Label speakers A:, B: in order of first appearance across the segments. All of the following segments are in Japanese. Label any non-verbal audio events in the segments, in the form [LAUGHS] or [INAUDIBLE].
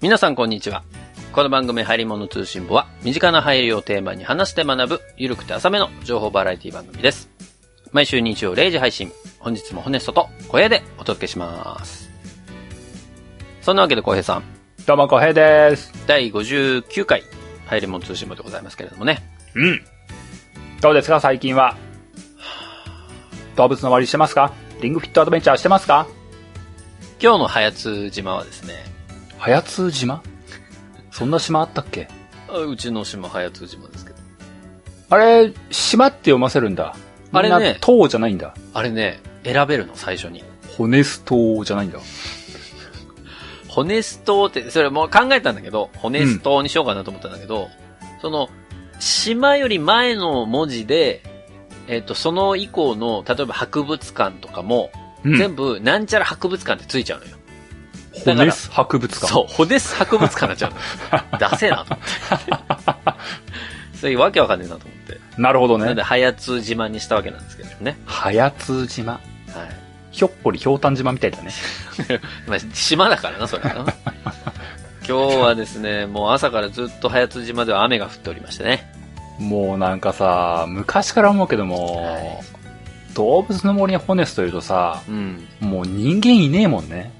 A: 皆さんこんにちは。この番組入り物通信部は、身近な入りをテーマに話して学ぶ、ゆるくて浅めの情報バラエティ番組です。毎週日曜0時配信、本日もホネストと小屋でお届けします。そんなわけで小平さん、
B: どうも、こへいです。
A: 第59回、入り物通信部でございますけれどもね。
B: うん。どうですか、最近は。動物の割りしてますかリングフィットアドベンチャーしてますか
A: 今日の早津島はですね、
B: 早津島そんな島あったっけ
A: あうちの島早津島ですけど。
B: あれ、島って読ませるんだ。
A: あれね
B: みんな島じゃないんだ。
A: あれね、選べるの、最初に。
B: ホネス島じゃないんだ。
A: ホネス島って、それもう考えたんだけど、ホネス島にしようかなと思ったんだけど、その、島より前の文字で、えっ、と、その以降の、例えば博物館とかも、
B: うん
A: 全部、なんちゃら博物館ってついちゃうのよ。
B: ホネス博物館。
A: そう、ホネス博物館になっちゃうのよ。出せなと思って。そういうわけわかんねえなと思って。
B: う。なるほど
A: なの
B: ね
A: で、。早津島にしたわけなんですけどね。
B: 早津島。
A: はい。
B: ひょっこりひょうたん島みたいだね。
A: まあ、島だからな、それはな。今日はですね、もう朝からずっと早津島では雨が降っておりましてね。
B: もうなんかさ、昔から思うけども、
A: はい
B: 動物の森にホネスというとさ、
A: うん。
B: もう人間いねえもんね。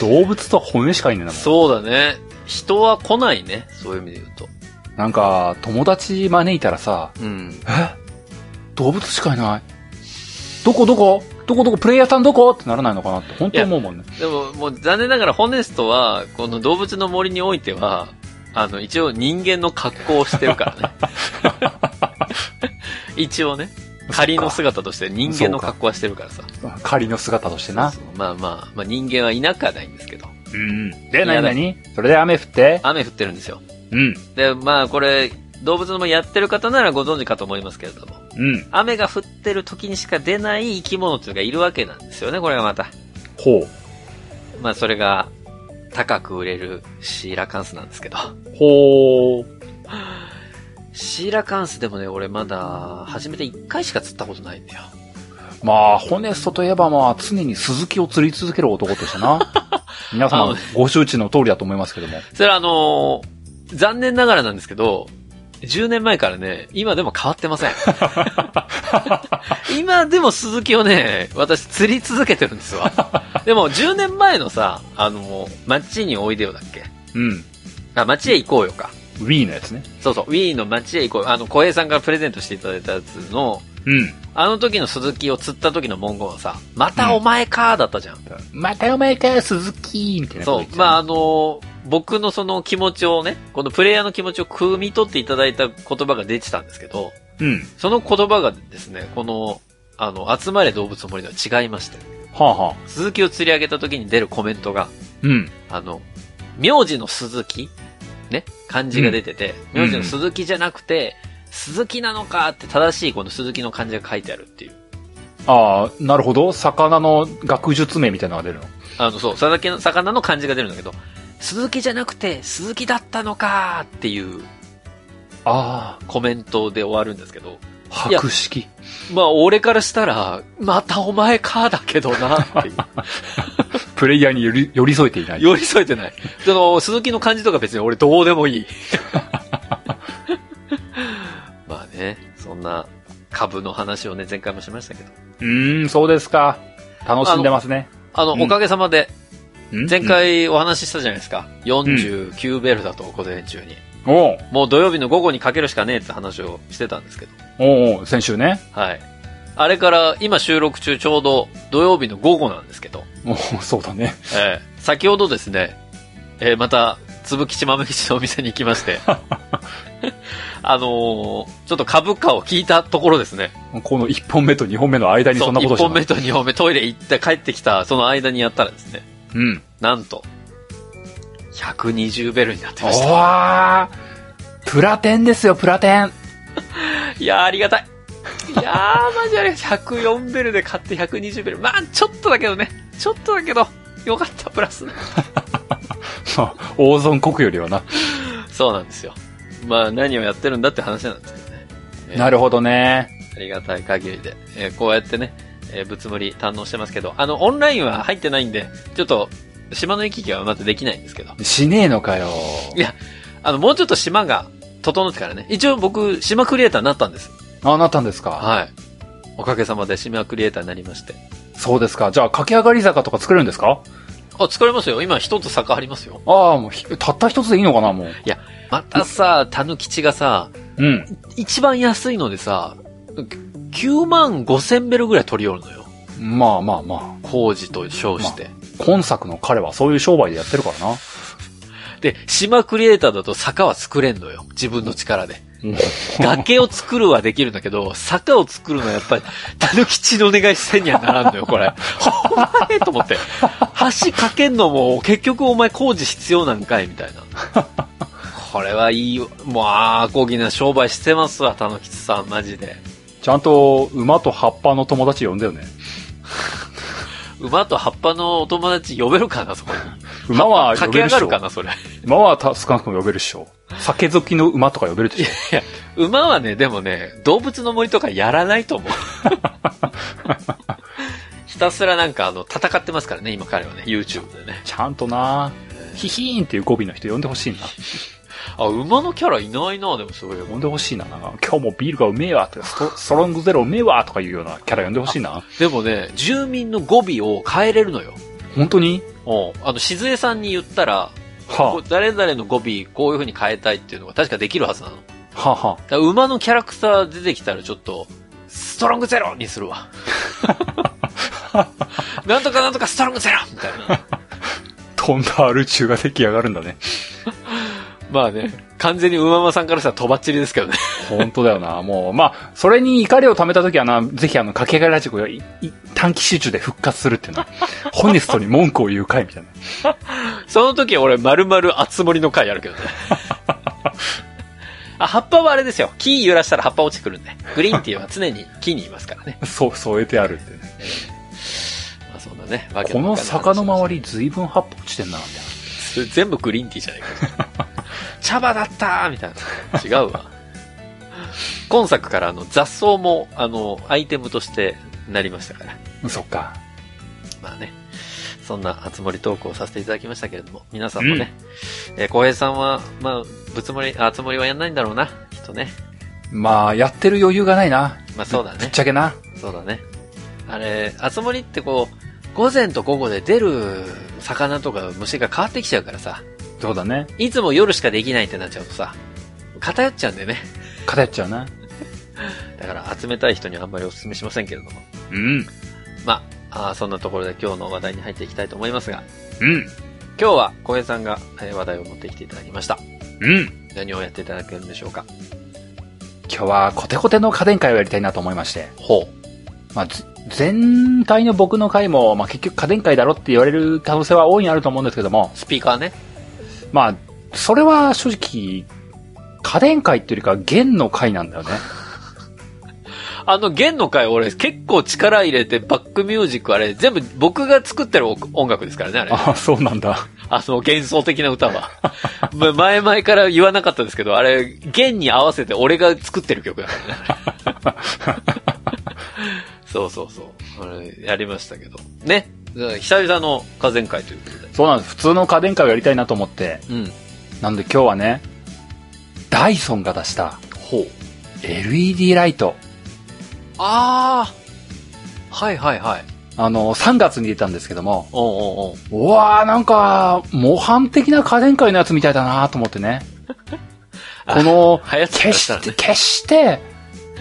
B: 動物と骨しかいねえんだもん。
A: そうだね。人は来ないね。そういう意味で言うと。
B: なんか、友達招いたらさ、
A: うん。
B: え動物しかいないどこどこどこどこプレイヤーさんどこってならないのかなって、本当思うもんね。
A: でも、もう残念ながら、ホネストは、この動物の森においては、あの、一応人間の格好をしてるからね。
B: [LAUGHS]
A: 一応ね。仮の姿として人間の格好はしてるからさ。
B: 仮の姿としてな
A: そ。うそうまあまあ、まあ人間はいなくはないんですけど。
B: うん。で、なになにそれで雨降って
A: 雨降ってるんですよ。
B: うん。
A: で、まあこれ、動物の森やってる方ならご存知かと思いますけれども、
B: うん。
A: 雨が降ってる時にしか出ない生き物っていうのがいるわけなんですよね、これがまた。
B: ほう。
A: まあそれが、高く売れるシーラカンスなんですけど。
B: ほう。
A: シーラカンスでもね、俺まだ、初めて1回しか釣ったことないんだよ。
B: まあ、ホネストといえばまあ、常に鈴木を釣り続ける男として [LAUGHS] な。皆
A: あ
B: 様
A: の、
B: ご周知の通りだと思いますけども。
A: それはあのー残念ながらなんですけど、10年前からね、今でも変わってません。今でも鈴木をね、私釣り続けてるんですわ。でも10年前のさ、あのー街においでよだっけ
B: うん。
A: あ、街へ行こうよか。
B: Wii のやつね。
A: そうそう、ウィーの街へ行こう。あの、小平さんからプレゼントしていただいたやつの、
B: うん。
A: あの時の鈴木を釣った時の文言はさ、またお前かーだったじゃん。
B: またお前か、鈴木みたいな。
A: そう、まあ、あのー僕のその気持ちをね、このプレイヤーの気持ちを汲み取っていただいた言葉が出てたんですけど、
B: うん。
A: その言葉がですね、この、あの、集まれ動物の森では違いまして、
B: はあ、はあ、
A: 鈴木を釣り上げた時に出るコメントが、
B: うん。
A: あの、名字の鈴木ね、漢字が出てて、
B: うん
A: 名字の鈴木じゃなくて、鈴木なのかって正しいこの鈴木の漢字が書いてあるっていう。
B: ああ、なるほど。魚の学術名みたいなのが出るの。
A: あの、そう、佐々木の魚の漢字が出るんだけど、鈴木じゃなくて、鈴木だったのかっていう
B: あ
A: コメントで終わるんですけど、
B: あ、白色。
A: まあ、俺からしたら、またお前かだけどなって
B: [LAUGHS]
A: いう。
B: プレイヤーに寄り寄り添えていない。
A: 寄り添えてない。その、鈴木の感じとか別に俺どうでも
B: [LAUGHS]
A: いい。まあね、そんな株の話をね、前回もしましたけど。
B: うーん、そうですか。楽しんでますね。
A: あの、
B: うん
A: おかげさまで、
B: うん
A: 前。回お話ししたじゃないですか。49ベルだと、午前中に。
B: うんおう
A: もう土曜日の午後にかけるしかねえって話をしてたんですけど。
B: おうおう先週ね。
A: はい。あれから、今収録中ちょうど土曜日の午後なんですけど、
B: おうそうだね。
A: えー先ほどですね、えーまた、つぶきちまめきちのお店に行きまして、 [LAUGHS] あのーちょっと株価を聞いたところですね。
B: この1本目と2本目の間にそんなこと
A: 1
B: して
A: 本目と2本目トイレ行って帰ってきた、その間にやったらですね、
B: うん。
A: なんと、120ベルになってました。
B: おわープラテンですよ、プラテン。 [LAUGHS]
A: いやーありがたい。いやー、マジあれ、104ベルで買って120ベル。まあ、ちょっとだけどね。ちょっとだけど、よかった、プラス。
B: まあ、大損国よりはな。
A: そうなんですよ。まあ、何をやってるんだって話なんですけどね。えー
B: なるほどね。
A: ありがたい限りで、えーこうやってね、えーぶつ盛り堪能してますけど、あの、オンラインは入ってないんで、ちょっと、島の行き来はまたできないんですけど。
B: しねえのかよ。
A: いや、あの、もうちょっと島が整ってからね。一応僕、島クリエイターになったんです。
B: あ、なったんですか
A: はい。おかげさまで島クリエイターになりまして。
B: そうですか。じゃあ、駆け上がり坂とか作れるんですか
A: あ、作れますよ。今一つ坂ありますよ。
B: ああ、もうひ、たった一つでいいのかな、もう。
A: またさ、たぬきちがさ、
B: うん。
A: 一番安いのでさ、9万5千ベルぐらい取り寄るのよ。
B: まあまあま
A: 工事と称して。
B: あ。今作の彼はそういう商売でやってるからな。
A: で、島クリエイターだと坂は作れんのよ。自分の力で。崖を作るはできるんだけど、坂を作るのはやっぱり、たぬきちのお願いせんにはならんのよ、これ。お前と思って。橋かけんのも、結局お前工事必要なんかいみたいな。これはいいよ、もう、あー、こぎな商売してますわ、たぬきちさん、マジで。
B: ちゃんと、馬と葉っぱの友達呼んだよね。
A: 馬と葉っぱのお友達呼べるかな、そこに。
B: 馬は呼
A: 駆け
B: べ
A: 上
B: るっし
A: が
B: ょ。
A: るかな、それ。
B: 馬はた少なくとも呼べるっしょ。酒好きの馬とか呼べるでしょ。
A: 馬はね、でもね、動物の森とかやらないと思 [LAUGHS] う。ひたすらなんかあの、戦ってますからね、今彼はね、YouTube でね。
B: ちゃんとなヒヒーンっていう語尾の人呼んでほしいな。
A: あ、馬のキャラいないな、でもそういえば
B: 呼んでほしいな。なんか今日もビールがうめえわって、ストストロングゼロうめえわとかいうようなキャラ呼んでほしいな。
A: でもね、住民の語尾を変えれるのよ。
B: 本当に
A: うん。あの、静江さんに言ったら、こ
B: は
A: う誰々の語尾こういう風に変えたいっていうのが確かできるはずなの。だか
B: あ、はあ、は
A: ら馬のキャラクター出てきたらちょっと、ストロングゼロにする [LAUGHS] わ。なんとかなんとかストロングゼロみたいな。
B: あ、飛んだアル中が出来上がるんだね。
A: まあね、完全に馬間さんからしたらとばっちりですけどね。 [LAUGHS]
B: 本当だよな。もう、まあ、それに怒りを溜めた時はな、ぜひあの、かけがえラジコがいい短期集中で復活するっていうのは、ホネストに文句を言う回みたいな。
A: その時俺、丸々熱盛の回やるけ
B: [LAUGHS]
A: どね。あ、葉っぱはあれですよ。木揺らしたら葉っぱ落ちてくるんで。グリーンティーは常に木にいますからね。
B: [LAUGHS] そう、添えてあるってね。
A: まあそんなね。わけ
B: この
A: わかんない話
B: 坂の周り、随分葉っぱ落ちてんな、みたいな。
A: それ全部グリーンティーじゃないか。茶葉だったーみたいな。違うわ。今作からあの雑草も、あの、アイテムとしてなりましたから。
B: そっか。
A: まあね、そんな熱盛トークをさせていただきましたけれども、皆さんもね、えー、浩平さんは、まあ、ぶつもり、あ熱盛はやんないんだろうな、きっとね。
B: まあ、やってる余裕がないな。
A: まあそうだ
B: ぶっ
A: ね
B: ち、ゃけな。
A: そうだね。あれ、熱盛ってこう、午前と午後で出る魚とか虫が変わってきちゃうからさ、
B: そうだね。
A: いつも夜しかできないってなっちゃうとさ、偏っちゃうんでね。
B: 偏っちゃうな。
A: だから集めたい人にはあんまりお勧めしませんけれども。
B: うん。
A: まあ、あーそんなところで今日の話題に入っていきたいと思いますが、
B: うん。
A: 今日は浩平さんがえー話題を持ってきていただきました。
B: うん。
A: 何をやっていただけるんでしょうか。
B: 今日は、コテコテの家電会をやりたいなと思いまして。
A: ほ
B: まあ、ず前回の僕の回も、まあ、結局家電会だろって言われる可能性は大いにあると思うんですけども
A: う。、スピーカーね。
B: まあ、それは正直、家電界っていうよりか、弦の会なんだよね。
A: あの、弦の回俺結構力入れてバックミュージックあれ、全部僕が作ってる音楽ですからね、あれ。あ
B: [LAUGHS] あ、そうなんだ。
A: の、幻想的な歌は。ま前々から言わなかったですけど、あれ、弦に合わせて俺が作ってる曲だからね。そうそうそう。あれ、やりましたけど。ね。久々の火前会ということで。
B: そうなんです。普通の家電会をやりたいなと思って。
A: うん。
B: なんで今日はね、ダイソンが出した
A: ほう。
B: LED ライト。
A: ああはいはいはい。
B: あの、3月に出たんですけども、
A: おうおうおう
B: うわーなんか、模範的な家電界のやつみたいだなと思って [LAUGHS] ね。この、
A: 流行ってま
B: 決
A: したね
B: して、決して、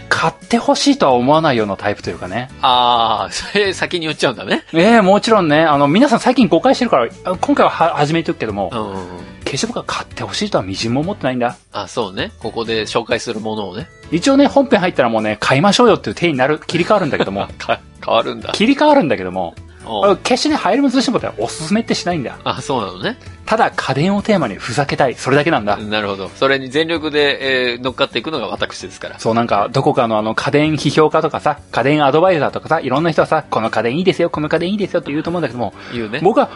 B: 買ってほしいとは思わないようなタイプというかね。
A: ああ、 [LAUGHS] それ先に言っちゃうんだね。
B: ええもちろんね、あの、皆さん最近誤解してるから、あ今回はは始めておくけども、
A: うんうんうん。
B: 決して僕は買ってほしいとはみじんも思ってないんだ。
A: あ、そうね。ここで紹介するものをね。
B: 一応ね、本編入ったらもうね、買いましょうよっていう手になる、切り替わるんだけども
A: [LAUGHS] あ、、か、変わるんだ。
B: 切り替わるんだけども、
A: うん
B: 決してね、入りもずしてもらっておすすめってしないんだ。
A: あ、そうなのね。
B: ただ、家電をテーマにふざけたい。それだけなんだ。
A: なるほど。それに全力で、えー乗っかっていくのが私ですから。
B: そうなんか、どこかのあの家電批評家とかさ、家電アドバイザーとかさ、いろんな人はさ、この家電いいですよ、この家電いいですよって言うと思うんだけども、
A: 言うね。
B: 僕は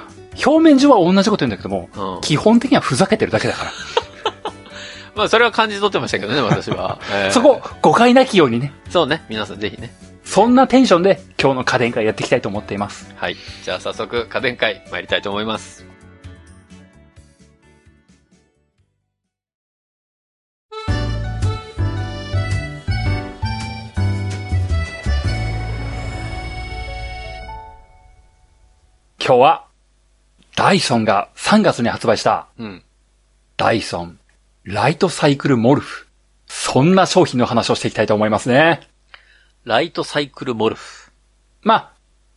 B: 表面上は同じこと言うんだけども、
A: うん。
B: 基本的にはふざけてるだけだから。
A: [LAUGHS] まあ、それは感じ取ってましたけどね、私は。えー
B: そこ、誤解なきようにね、
A: そうね。皆さんぜひね。
B: そんなテンションで今日の家電会やっていきたいと思っています。
A: はい。じゃあ早速、家電会参りたいと思います。
B: 今日は、ダイソンが3月に発売した
A: うん。
B: ダイソンライトサイクルモルフ。そんな商品の話をしていきたいと思いますね。
A: ライトサイクルモルフ。
B: まあ、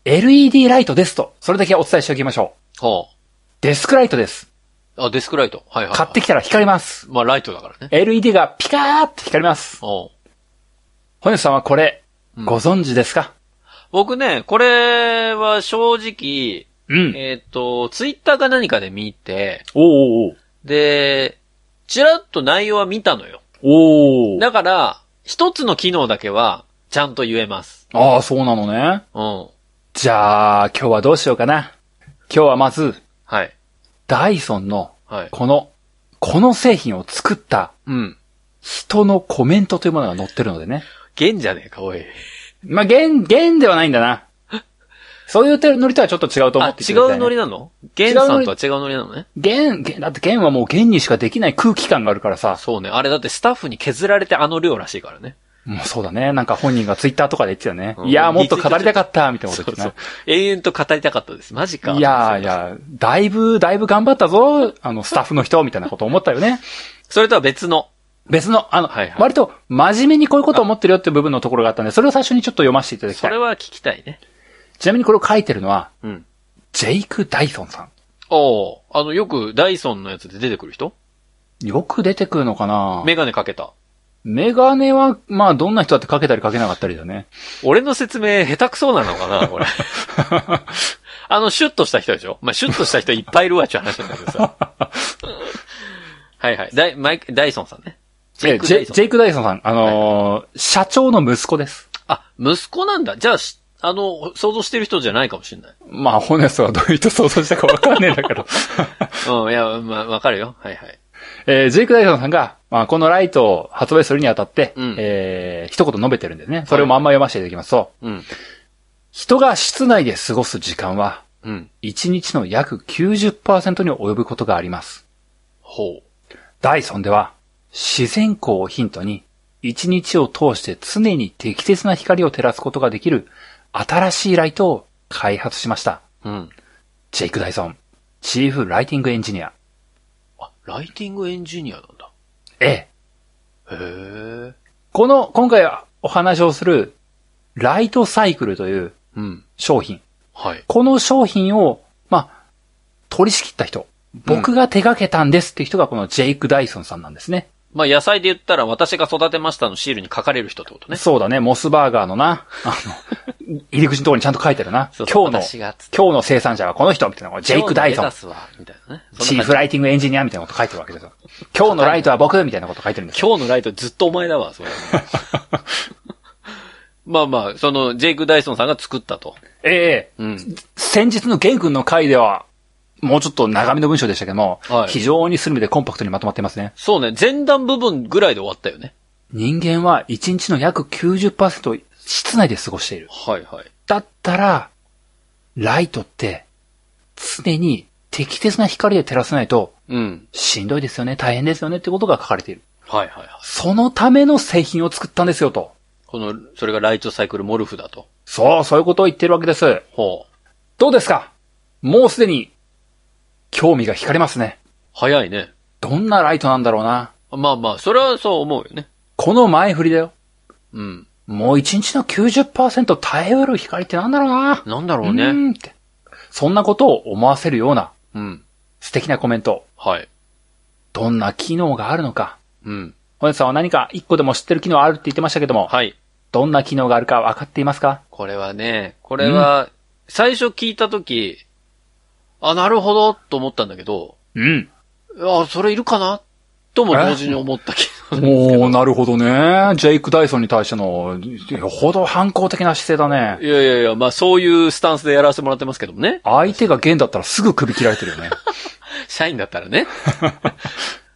B: LED ライトですと、それだけお伝えしておきましょ
A: ほ
B: う。デスクライトです。
A: う。あ、デスクライト。はいはい、はい。
B: 買ってきたら光ります。
A: まあ、ライトだからね。
B: LED がピカーって光ります。
A: おう
B: 本日さんはこれ、
A: うん
B: ご存知ですか
A: 僕ね、これは正直、
B: うん。
A: えっ、と、ツイッターか何かで見て、
B: おー
A: で、ちらっと内容は見たのよ。
B: おーおー
A: だから、一つの機能だけは、ちゃんと言えます。
B: ああ、そうなのね。
A: うん。
B: じゃあ、今日はどうしようかな。今日はまず、
A: はい。
B: ダイソンの、
A: はい。
B: この、この製品を作った
A: うん。
B: 人のコメントというものが載ってるのでね。
A: 現じゃねえか、おい。
B: まあ、現、現ではないんだな。そういうノリとはちょっと違うと思
A: あ
B: っ、てい
A: 違
B: ただきた
A: う
B: いね
A: ノリなの現さんとは違うノリなのね。
B: 弦、弦だって弦はもう弦にしかできない空気感があるからさ。
A: そうね。あれだってスタッフに削られてあの量らしいからね。
B: もうそうだね。なんか本人がツイッターとかで言ってたよね。
A: うん
B: いやーもっと語りたかった、みたいな
A: そ
B: こと言
A: う
B: ってた
A: そ
B: ね
A: う。。永遠と語りたかったです。マジか。
B: いやーいや、だいぶ、だいぶ頑張ったぞ、あの、スタッフの人、みたいなこと思ったよね。
A: それとは別の。
B: 別の、あの、
A: はいはい
B: 割と真面目にこういうことを思ってるよっていう部分のところがあったんで、それを最初にちょっと読ませていただき
A: そ
B: た
A: れ
B: い。
A: は聞きたいね。
B: ちなみにこれを書いてるのは、
A: うん。
B: ジェイク・ダイソンさ
A: おーあの、よくダイソンのやつで出てくる人
B: ん。よく出てくるのかな
A: メガネかけた。
B: メガネは、まあ、どんな人だってかけたりかけなかったりだね。
A: 俺の説明下手くそなのかなこれ。
B: [LAUGHS]
A: あの、シュッとした人でしょまあ、シュッとした人いっぱいいるわっていう話なんだけど
B: [LAUGHS]
A: さ。はいはい。ダイ、マイク、ダイソンさんね。ジェイ
B: え
A: ク
B: ジ
A: ダイ
B: ェ
A: ソン
B: ジェイク・ダイソンさん、あのー社長の息子です。
A: あ、息子なんだ。じゃあ、しあの、想像してる人じゃないかもしれない。
B: まあ、ホネストはどういう人想像したかわかんねえんだけど。
A: うん、いや、まあ、わかるよ。はいはい。
B: [LAUGHS] えージェイク・ダイソンさんが、まあ、このライトを発売するにあたって、
A: うん
B: えー一言述べてるんですね。それをまんま読ませていただきますと、
A: うん。
B: 人が室内で過ごす時間は、
A: うん。
B: 1日の約90%に及ぶことがあります。
A: ほ
B: ダイソンでは、自然光をヒントに、1日を通して常に適切な光を照らすことができる、新しいライトを開発しました。
A: う。うん。
B: ジェイク・ダイソン、チーフ・ライティング・エンジニア。
A: あ、ライティングエンジニアなんだ。
B: ええ、
A: へえ。
B: この、今回お話をする、ライトサイクルという
A: うん。
B: 商品。
A: はい。
B: この商品を、まあ、取り仕切った人。僕が手掛けたんですっていう人がこのジェイク・ダイソンさんなんですね。
A: まあ、野菜で言ったら、私が育てましたのシールに書かれる人ってことね。
B: そうだね、モスバーガーのな、あ
A: [LAUGHS]
B: の、入り口のところにちゃんと書いてるな。
A: そうそう
B: 今日
A: 私
B: の、
A: がつ、
B: 今日の生産者はこの人みたいなのがジェイク・ダイソ
A: 今日。のレ
B: ン
A: タスはみたいなね。そ
B: チ
A: ん
B: ー
A: な
B: フ
A: 感
B: ライティングエンジニアみたいなこと書いてるわけですよ。今日のライトは僕みたいなこと書いてるんです
A: じ
B: よ。
A: 今日のライトずっとお前だわ、 [LAUGHS] それ。まあまあ、その、ジェイク・ダイソンさんが作ったと。
B: ええ
A: うん。
B: 先日のゲン君の回では、もうちょっと長めの文章でしたけども、
A: はい
B: 非常にスルメでコンパクトにまとまっていますね。
A: そうね、前段部分ぐらいで終わったよね。
B: 人間は1日の約90%を室内で過ごしている。
A: はいはい。
B: だったら、ライトって、常に適切な光で照らさないと、
A: うん。
B: しんどいですよね、大変ですよねってことが書かれている。
A: はいはいはい。
B: そのための製品を作ったんですよと。
A: この、それがライトサイクルモルフだと。
B: そう、そういうことを言ってるわけです。
A: ほう。
B: どうですかもうすでに、興味が惹かれますね。
A: 早いね。
B: どんなライトなんだろうな。
A: まあまあ、それはそう思うよね。
B: この前振りだよ。
A: うん。
B: もう1日の90%耐えうる光ってなんだろうな。
A: なんだろう
B: う
A: ね。
B: ーんって。そんなことを思わせるような
A: うん。
B: 素敵なコメント。
A: はい。
B: どんな機能があるのか。
A: うん。
B: 本日さんは何か一個でも知ってる機能あるって言ってましたけども、
A: はい。
B: どんな機能があるか分かっていますか
A: これはね、これは、最初聞いたとき、あ、なるほど、と思ったんだけど、
B: うん。
A: あ、それいるかなとも同時に思ったけど。
B: おー、なるほどね。ジェイク・ダイソンに対しての、よほど反抗的な姿勢だね。
A: いやいやいや、まあそういうスタンスでやらせてもらってますけども
B: [LAUGHS]
A: ね。
B: 相手がゲンだったらすぐ首切られてるよね。
A: 社員だったらね。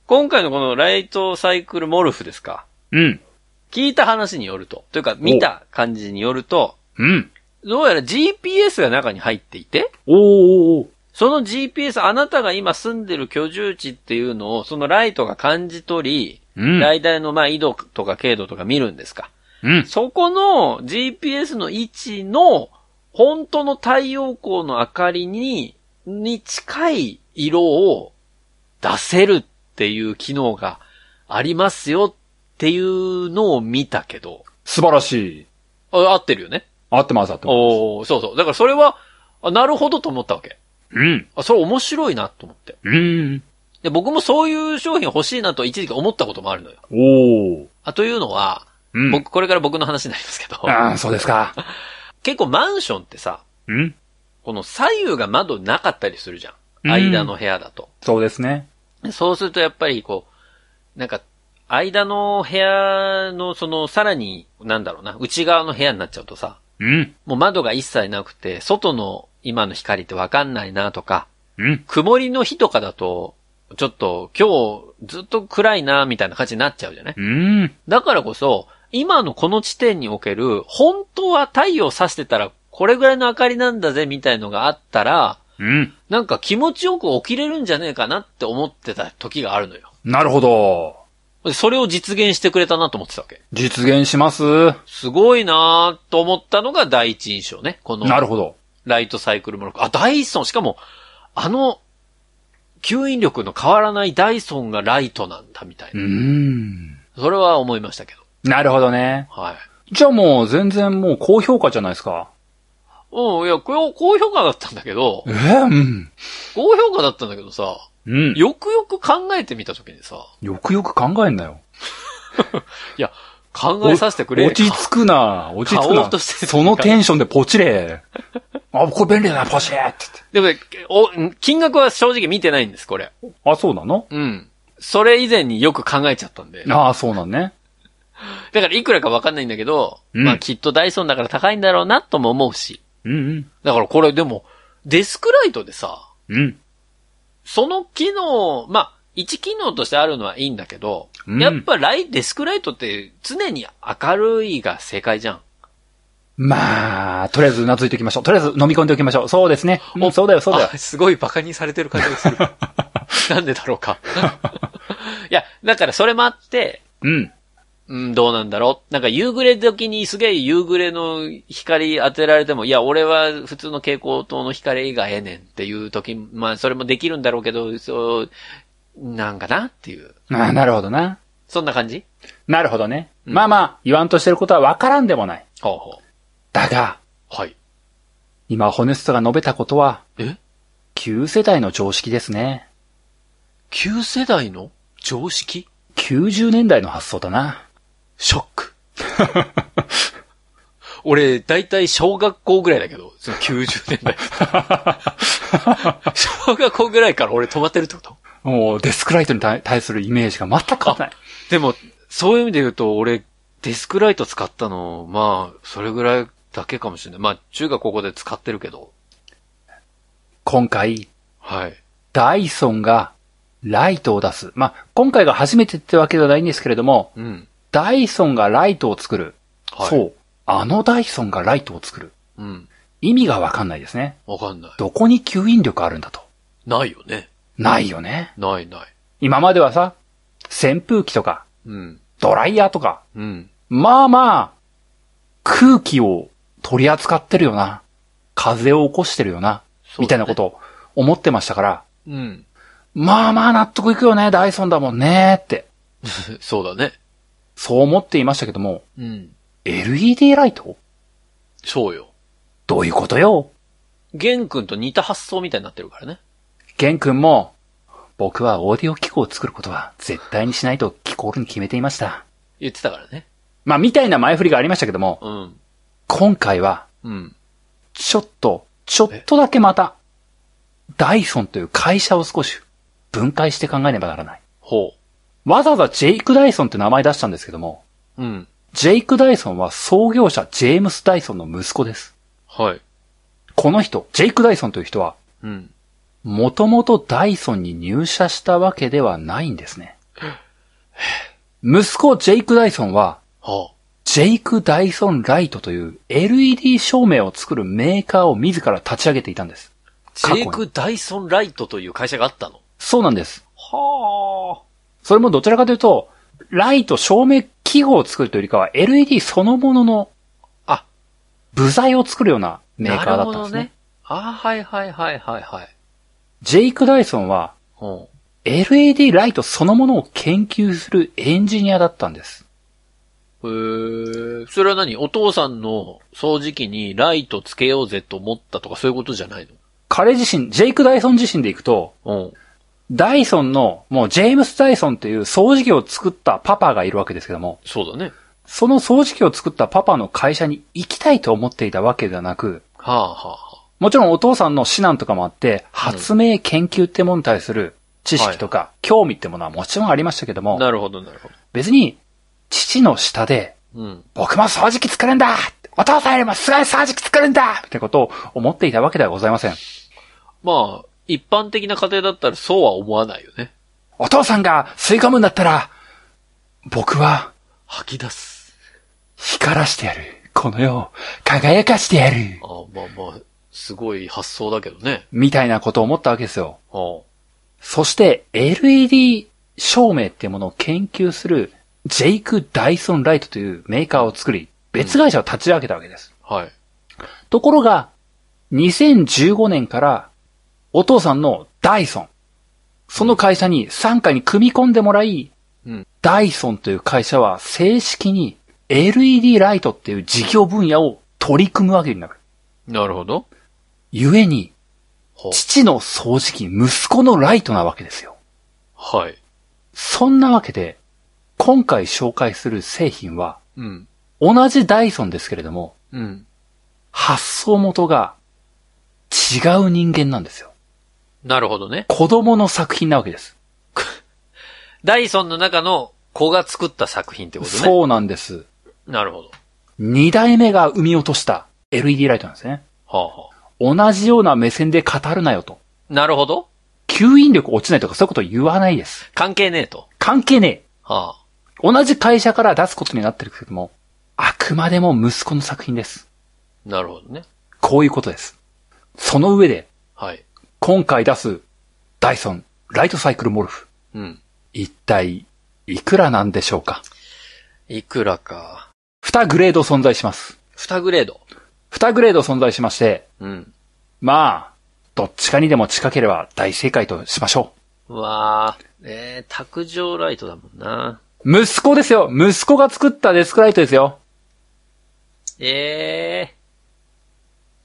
A: 今回のこのライトサイクルモルフですか。
B: [LAUGHS] うん。
A: 聞いた話によると、というか見た感じによると、
B: うん。
A: どうやら GPS が中に入っていて、
B: おーおーおー
A: その GPS、あなたが今住んでる居住地っていうのを、そのライトが感じ取り、
B: うん。
A: 大体のまあ緯度とか経度とか見るんですか。
B: うん。
A: そこの GPS の位置の、本当の太陽光の明かりに、に近い色を出せるっていう機能がありますよっていうのを見たけど、
B: 素晴らしい。
A: あ合ってるよね。
B: 合ってます、合ってま
A: おーそうそう。だからそれは、あなるほどと思ったわけ。
B: す。うん。
A: あ、それ面白いなと思って。
B: うん。
A: で、僕もそういう商品欲しいなと一時期思ったこともあるのよ。
B: おー。
A: あ、というのは、
B: うん。
A: 僕、これから僕の話になりますけど、
B: ああ、そうですか。
A: 結構マンションってさ、
B: うん。
A: この左右が窓なかったりするじゃん。
B: うん
A: 間の部屋だと。
B: そうですね。
A: でそうするとやっぱりこう、なんか、間の部屋のその、さらに、なんだろうな、内側の部屋になっちゃうとさ、
B: うん。
A: もう窓が一切なくて、外の今の光ってわかんないなとか、
B: うん。
A: 曇りの日とかだと、ちょっと今日ずっと暗いなみたいな感じになっちゃうじゃない
B: うん。
A: だからこそ、今のこの地点における、本当は太陽さしてたらこれぐらいの明かりなんだぜみたいのがあったら、
B: うん。
A: なんか気持ちよく起きれるんじゃねえかなって思ってた時があるのよ。
B: なるほど。
A: でそれを実現してくれたなと思ってたわけ。
B: 実現します。
A: すごいなぁと思ったのが第一印象ね。この
B: なるほど。
A: ライトサイクルモノクロ。あ、ダイソン。しかも、あの、吸引力の変わらないダイソンがライトなんだみたいうな。
B: ん。
A: それは思いましたけど。
B: なるほどね。
A: はい。
B: じゃあもう全然もう高評価じゃないですか。
A: うん、いや、これ、高評価だったんだけど
B: え、ー、うん。
A: 高評価だったんだけどさ、
B: うん。
A: よくよく考えてみたときにさ、
B: よくよく考えんなよ。
A: 考えさせてくれ
B: 落ち着くな、落ち着
A: 買
B: く
A: おう
B: な。
A: としてる
B: そのテンションでポチれ。 [LAUGHS] あ、これ便利だな、ポチれって
A: でもね、お、金額は正直見てないんです、これ。
B: 言って。あ、そうなの
A: うん。それ以前によく考えちゃったんで。だか
B: ああ、そうなんね。
A: らいくらかわかんないんだけど、
B: うん
A: まあきっとダイソンだから高いんだろうなとも思うし。
B: うん
A: だからこれでも、デスクライトでさ、
B: うん。うん。
A: その機能、まあ、一機能としてあるのはいいんだけど、
B: うん
A: やっぱライ、デスクライトって常に明るいが正解じゃん。
B: まあ、とりあえずうなずいておきましょう。とりあえず飲み込んでおきましょう。そうですね。うん
A: お
B: そうだよ、そうだよ。
A: あすごい馬鹿にされてる感じが
B: [LAUGHS]
A: する。なんでだろうか。いや、だからそれもあって、
B: うん。
A: うん、どうなんだろう。なんか夕暮れ時にすげえ夕暮れの光当てられても、いや、俺は普通の蛍光灯の光がええねんっていう時、まあそれもできるんだろうけど、そう、なんかなっていう。
B: ああ、なるほどな。
A: そんな感じ
B: なるほどね。
A: うん
B: まあまあ、言わんとしてることはわからんでもない。
A: ほうほ
B: だが、
A: う。はい。
B: 今、ホネストが述べたことは、
A: え
B: 旧世代の常識ですね。
A: 旧世代の常識
B: 90年代の発想だな。
A: ショッ [LAUGHS] ク。俺、だいたい小学校ぐらいだけど、その90年代。 [LAUGHS] 小学校ぐらいから俺止まってるってこと
B: もう、デスクライトに対対するイメージが全く変わらない。
A: でも、そういう意味で言うと、俺、デスクライト使ったの、まあ、それぐらいだけかもしれない。まあ、中学高校で使ってるけど。
B: 今回、
A: はい。
B: ダイソンがライトを出す。まあ、今回が初めてってわけではないんですけれども、
A: うん。
B: ダイソンがライトを作る。
A: はい。。
B: そうう。あのダイソンがライトを作る。
A: うん。
B: 意味がわかんないですね。
A: わかんない。
B: どこに吸引力あるんだと。
A: ないよね。
B: ないよね。
A: ないない。
B: 今まではさ、扇風機とか、
A: うん。
B: ドライヤーとか、
A: うん。
B: まあまあ、空気を取り扱ってるよな。風を起こしてるよな。みたいなことを思ってましたから、
A: そうだね。うん。 [LAUGHS]
B: まあまあ納得いくよね、ダイソンだもんねって。
A: そうだね。
B: そう思っていましたけども、
A: うん。
B: LED ライト
A: そうよ。
B: どういうことよ
A: 玄君と似た発想みたいになってるからね。
B: ゲン君も、僕はオーディオ機構を作ることは絶対にしないと心に決めていました。
A: 言ってたからね。
B: まあ、みたいな前振りがありましたけども、
A: うん。
B: 今回は、
A: うん。
B: ちょっと、ちょっとだけまた、ダイソンという会社を少し分解して考えねばならない。
A: ほ
B: わざわざジェイク・ダイソンって名前出したんですけども、
A: う。うん。
B: ジェイク・ダイソンは創業者ジェームス・ダイソンの息子です。
A: はい。
B: この人、ジェイク・ダイソンという人は、
A: うん。
B: もともとダイソンに入社したわけではないんですね。息子ジェイク・ダイソンは、
A: は
B: ジェイク・ダイソン・ライトという LED 照明を作るメーカーを自ら立ち上げていたんです。
A: あ、ジェイク・ダイソン・ライトという会社があったの
B: そうなんです。
A: は
B: それもどちらかというと、ライト照明器具を作るというよりかは LED そのものの、
A: あ
B: 部材を作るような
A: あ
B: メーカーだったんですね。。
A: ああ、はいはいはいはいはい。
B: ジェイク・ダイソンは
A: うん。
B: LED ライトそのものを研究するエンジニアだったんです。
A: へーそれは何お父さんの掃除機にライトつけようぜと思ったとかそういうことじゃない
B: 彼自身、ジェイク・ダイソン自身でいくと、
A: のうん。
B: ダイソンの、もうジェームス・ダイソンという掃除機を作ったパパがいるわけですけども、
A: そうだね。
B: その掃除機を作ったパパの会社に行きたいと思っていたわけではなく、
A: はあはあは
B: もちろんお父さんの指南とかもあって、発明研究ってものに対する知識とか興味ってものはもちろんありましたけど
A: あ。
B: も、
A: なるほどなるほ
B: 別に父の下で、
A: ど。うん。
B: 僕も掃除機作るんだお父さんよりもすごい掃除機作るんだってことを思っていたわけではございません。
A: まあ、一般的な家庭だったらそうは思わないよね。
B: お父さんが吸い込むんだったら、僕は
A: 吐き出す。
B: 光らしてやる。この世を輝かしてやる
A: あ。あまあまあ、すごい発想だけどね。
B: みたいなことを思ったわけですよ。
A: は
B: そして LED 照明っていうものを研究するジェイク・ダイソン・ライトというメーカーを作り、別会社を立ち上げたわけです。
A: あ。はい。
B: ところが、2015年からお父さんのダイソン、その会社に傘下に組み込んでもらい、
A: うん
B: ダイソンという会社は正式に LED ライトっていう事業分野を取り組むわけになる。
A: なるほど。
B: ゆえに、
A: は
B: 父の掃除機、息子のライトなわけですよ。
A: あはい。
B: そんなわけで、今回紹介する製品は、
A: うん。
B: 同じダイソンですけれども、
A: うん。
B: 発想元が違う人間なんですよ。
A: なるほどね。
B: 子供の作品なわけです。
A: ダイソンの中の子が作った作品ってことね。
B: そうなんです。
A: なるほど。
B: 二代目が生み落とした LED ライトなんですね。
A: はあは
B: 同じような目線で語るなよと。
A: あ。なるほど。
B: 吸引力落ちないとかそういうこと言わないです。
A: 関係ねえと。
B: 関係ねえ。
A: はあ。
B: 同じ会社から出すことになってるけども、あくまでも息子の作品です。
A: なるほどね。
B: こういうことです。その上で、
A: はい。
B: 今回出すダイソンライトサイクルモルフ、
A: うん。
B: 一体いくらなんでしょうか
A: いくらか。
B: 二グレード存在します。
A: 二グレード。
B: 二グレード存在しまして、
A: うん。
B: まあ、どっちかにでも近ければ大正解としましょ
A: うわあ。えー、卓上ライトだもんな。
B: う。息子ですよ息子が作ったデスクライトですよ
A: ええ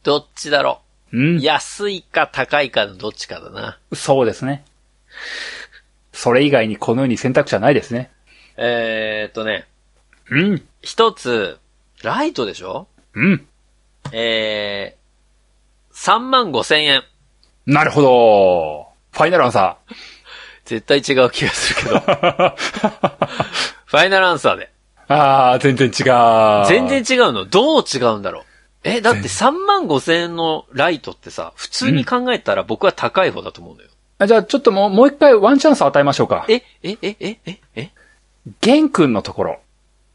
A: ー。どっちだろ
B: うん
A: う。安いか高いかのどっちかだな。
B: そうですね。それ以外にこのように選択肢はないですね。
A: えーっとね。
B: うん
A: 一つ、ライトでしょ
B: うん
A: えー、3万5千円。
B: なるほどファイナルアンサ
A: 絶対違う気がするけど。 [LAUGHS]
B: ー
A: ファイナルアンサーで。
B: あー、全然違う。
A: 全然違うのどう違うんだろうえ、だって3万5千円のライトってさ、普通に考えたら僕は高い方だと思うんだよ。
B: あじゃあ、ちょっともう、もう一回ワンチャンス与えましょうか。
A: え、え、え、え、え、え
B: ゲン君のところ、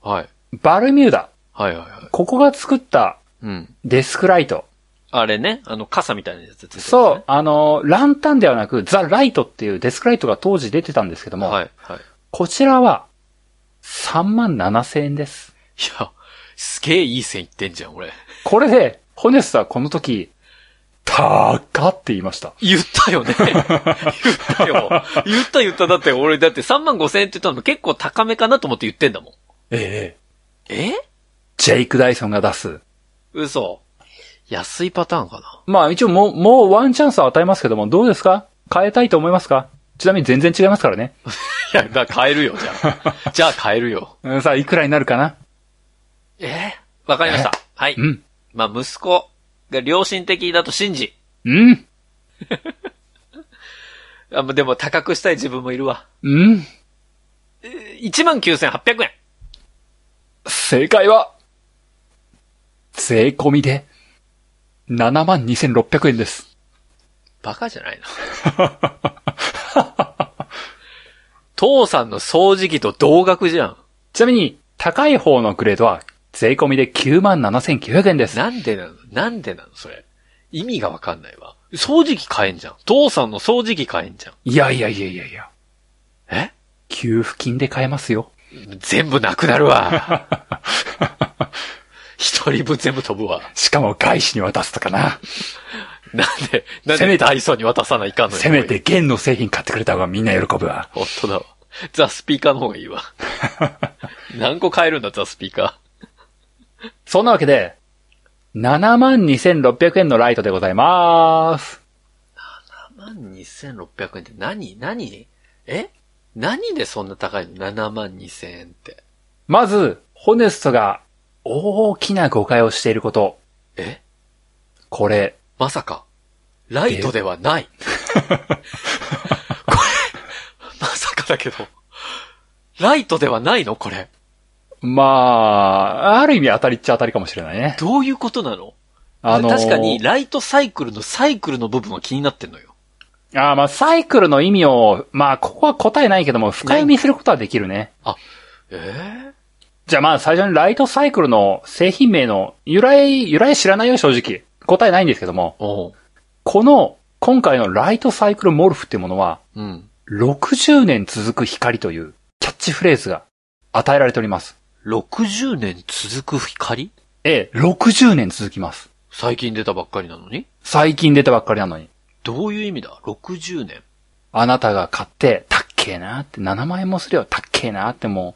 A: はい。
B: バルミューダ、
A: はいはいはい。
B: ここが作った
A: うん。
B: デスクライト。
A: あれね、あの、傘みたいなやつ、
B: そう、あの、ランタンではなく、ザ・ライトっていうデスクライトが当時出てたんですけど
A: う
B: も、
A: はい、はい。い
B: こちらは、3万7千円です。
A: や、すげえいい線いってんじゃん、俺。
B: これで、ホネスはこの時、たーかって言いました。
A: 言ったよね。言ったよ。言った言った。だって俺、だって3万5千円って言ったの結構高めかなと思って言ってんだもん。
B: ええ。
A: え
B: ジェイク・ダイソンが出す。
A: 嘘。安いパターンかな。
B: まあ一応もう、もうワンチャンスは与えますけども、どうですか変えたいと思いますかちなみに全然違いますからね。
A: いや、だから変えるよ、じゃあ。じゃあ変えるよ。
B: うん、さあ、いくらになるかな
A: えわかりました。はい。
B: うん。
A: まあ、息子が良心的だと信じ。
B: うん。
A: あまあでも高くしたい自分もいるわ。
B: うん。
A: 19,800円。
B: 正解は、税込みで、72,600円です。
A: バカじゃないな。父さんの掃除機と同額じゃん。
B: [LAUGHS] ちなみに、高い方のグレードは税込みで97,900円です。
A: なんでなのなんでなのそれ。意味がわかんないわ。掃除機買えんじゃん。父さんの掃除機買えんじゃん。
B: いやいやいやいやいや。
A: え
B: 給付金で買えますよ。 [LAUGHS]
A: 全部なくなるわ。一人分全部飛ぶわ。
B: しかも外資に渡すとかな。
A: なんで、なん
B: せ
A: で
B: めて
A: ダイソーに渡さないかんのよ
B: せめ。て弦の製品買ってくれた方がみんな喜ぶわ。
A: 本当だわ。ザ・スピーカーの方がいい
B: [LAUGHS]
A: わ。何個買えるんだ、ザ・スピーカ
B: そんなわけで、72,600円のライトでございます。
A: ー。72,600円って何何え何でそんな高いの ?72,000 円って。
B: まず、ホネストが大きな誤解をしていること。
A: え
B: これ、
A: まさか、ライトではない。 [LAUGHS] これ、まさかだけど、ライトではないのこれ。
B: まあ、ある意味当たりっちゃ当たりかもしれないね。
A: どういうことなの
B: あのー
A: 確かに、ライトサイクルのサイクルの部分は気になってんのよ。
B: あーまあ、サイクルの意味を、まあ、ここは答えないけども、深読みすることはできるね。
A: え
B: じゃあまあ、最初にライトサイクルの製品名の由来、由来知らないよ、正直。答えないんですけども、
A: えおう。
B: この、今回のライトサイクルモルフっていうものは、
A: うん。
B: 60年続く光というキャッチフレーズが与えられております。
A: 60年続く光
B: ええ、60年続きます。
A: 最近出たばっかりなのに
B: 最近出たばっかりなのに。
A: どういう意味だ ?60 年。
B: あなたが買って、たっけえなって、7万円もするよ、たっけえなっても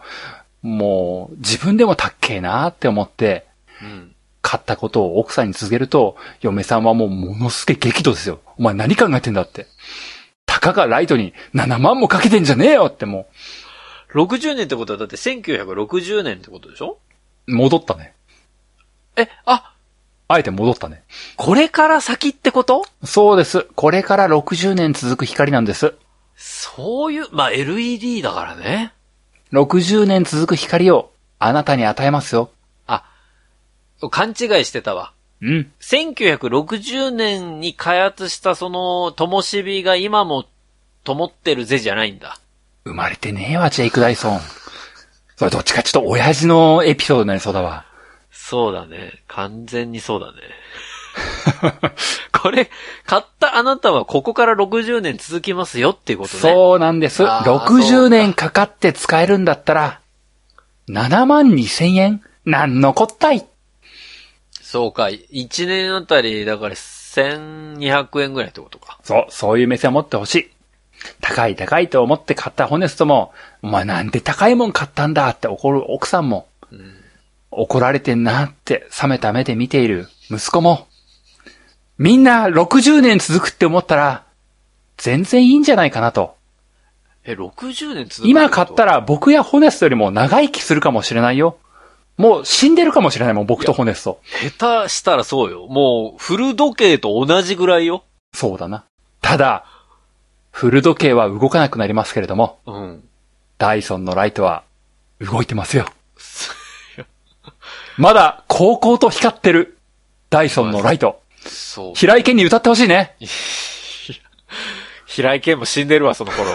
B: う、もう、自分でもたっけえなって思って、
A: うん。
B: 買ったことを奥さんに続けると、嫁さんはもうものすげえ激怒ですよ。お前何考えてんだって。たかがライトに7万もかけてんじゃねえよっても
A: 60年ってことはだって1960年ってことでしょ
B: う、戻ったね。
A: え、あ、
B: あえて戻ったね。
A: これから先ってこと
B: そうです。これから60年続く光なんです。
A: そういう、まあ、LED だからね。
B: 60年続く光をあなたに与えますよ。
A: 勘違いしてたわ。
B: うん。
A: 1960年に開発したその、灯火が今も、灯ってるぜじゃないんだ。
B: 生まれてねえわ、ジェイク・ダイソン。それどっちかちょっと親父のエピソードになりそうだわ。
A: そうだね。完全にそうだね。
B: [LAUGHS]
A: これ、買ったあなたはここから60年続きますよっていうことね。
B: そうなんです。
A: あー
B: 60年かかって使えるんだったら、7万2千円なんのこったい
A: そうか。1年あたり、だから1200円ぐらいってことか。
B: そう、そういう目線を持ってほしい。高い高いと思って買ったホネストも、お前なんで高いもん買ったんだって怒る奥さんも、怒られてんなって冷めた目で見ている息子も、みんな60年続くって思ったら、全然いいんじゃないかなと。
A: え、60年続く
B: 今買った
A: ら。
B: ら僕やホネストよりも長生きするかもしれないよ。もう死んでるかもしれないもん、僕とホネスト。
A: 下手したらそうよ。もう、フル時計と同じぐらいよ。
B: そうだな。ただ、フル時計は動かなくなりますけれども、
A: うん。
B: ダイソンのライトは動いてます
A: [LAUGHS]
B: よ。まだ、高校と光ってる。ダイソンのライト。
A: そう。
B: 平井堅に歌ってほしいね。
A: [LAUGHS] 平井堅も死んでるわ、その
B: [LAUGHS]
A: 頃。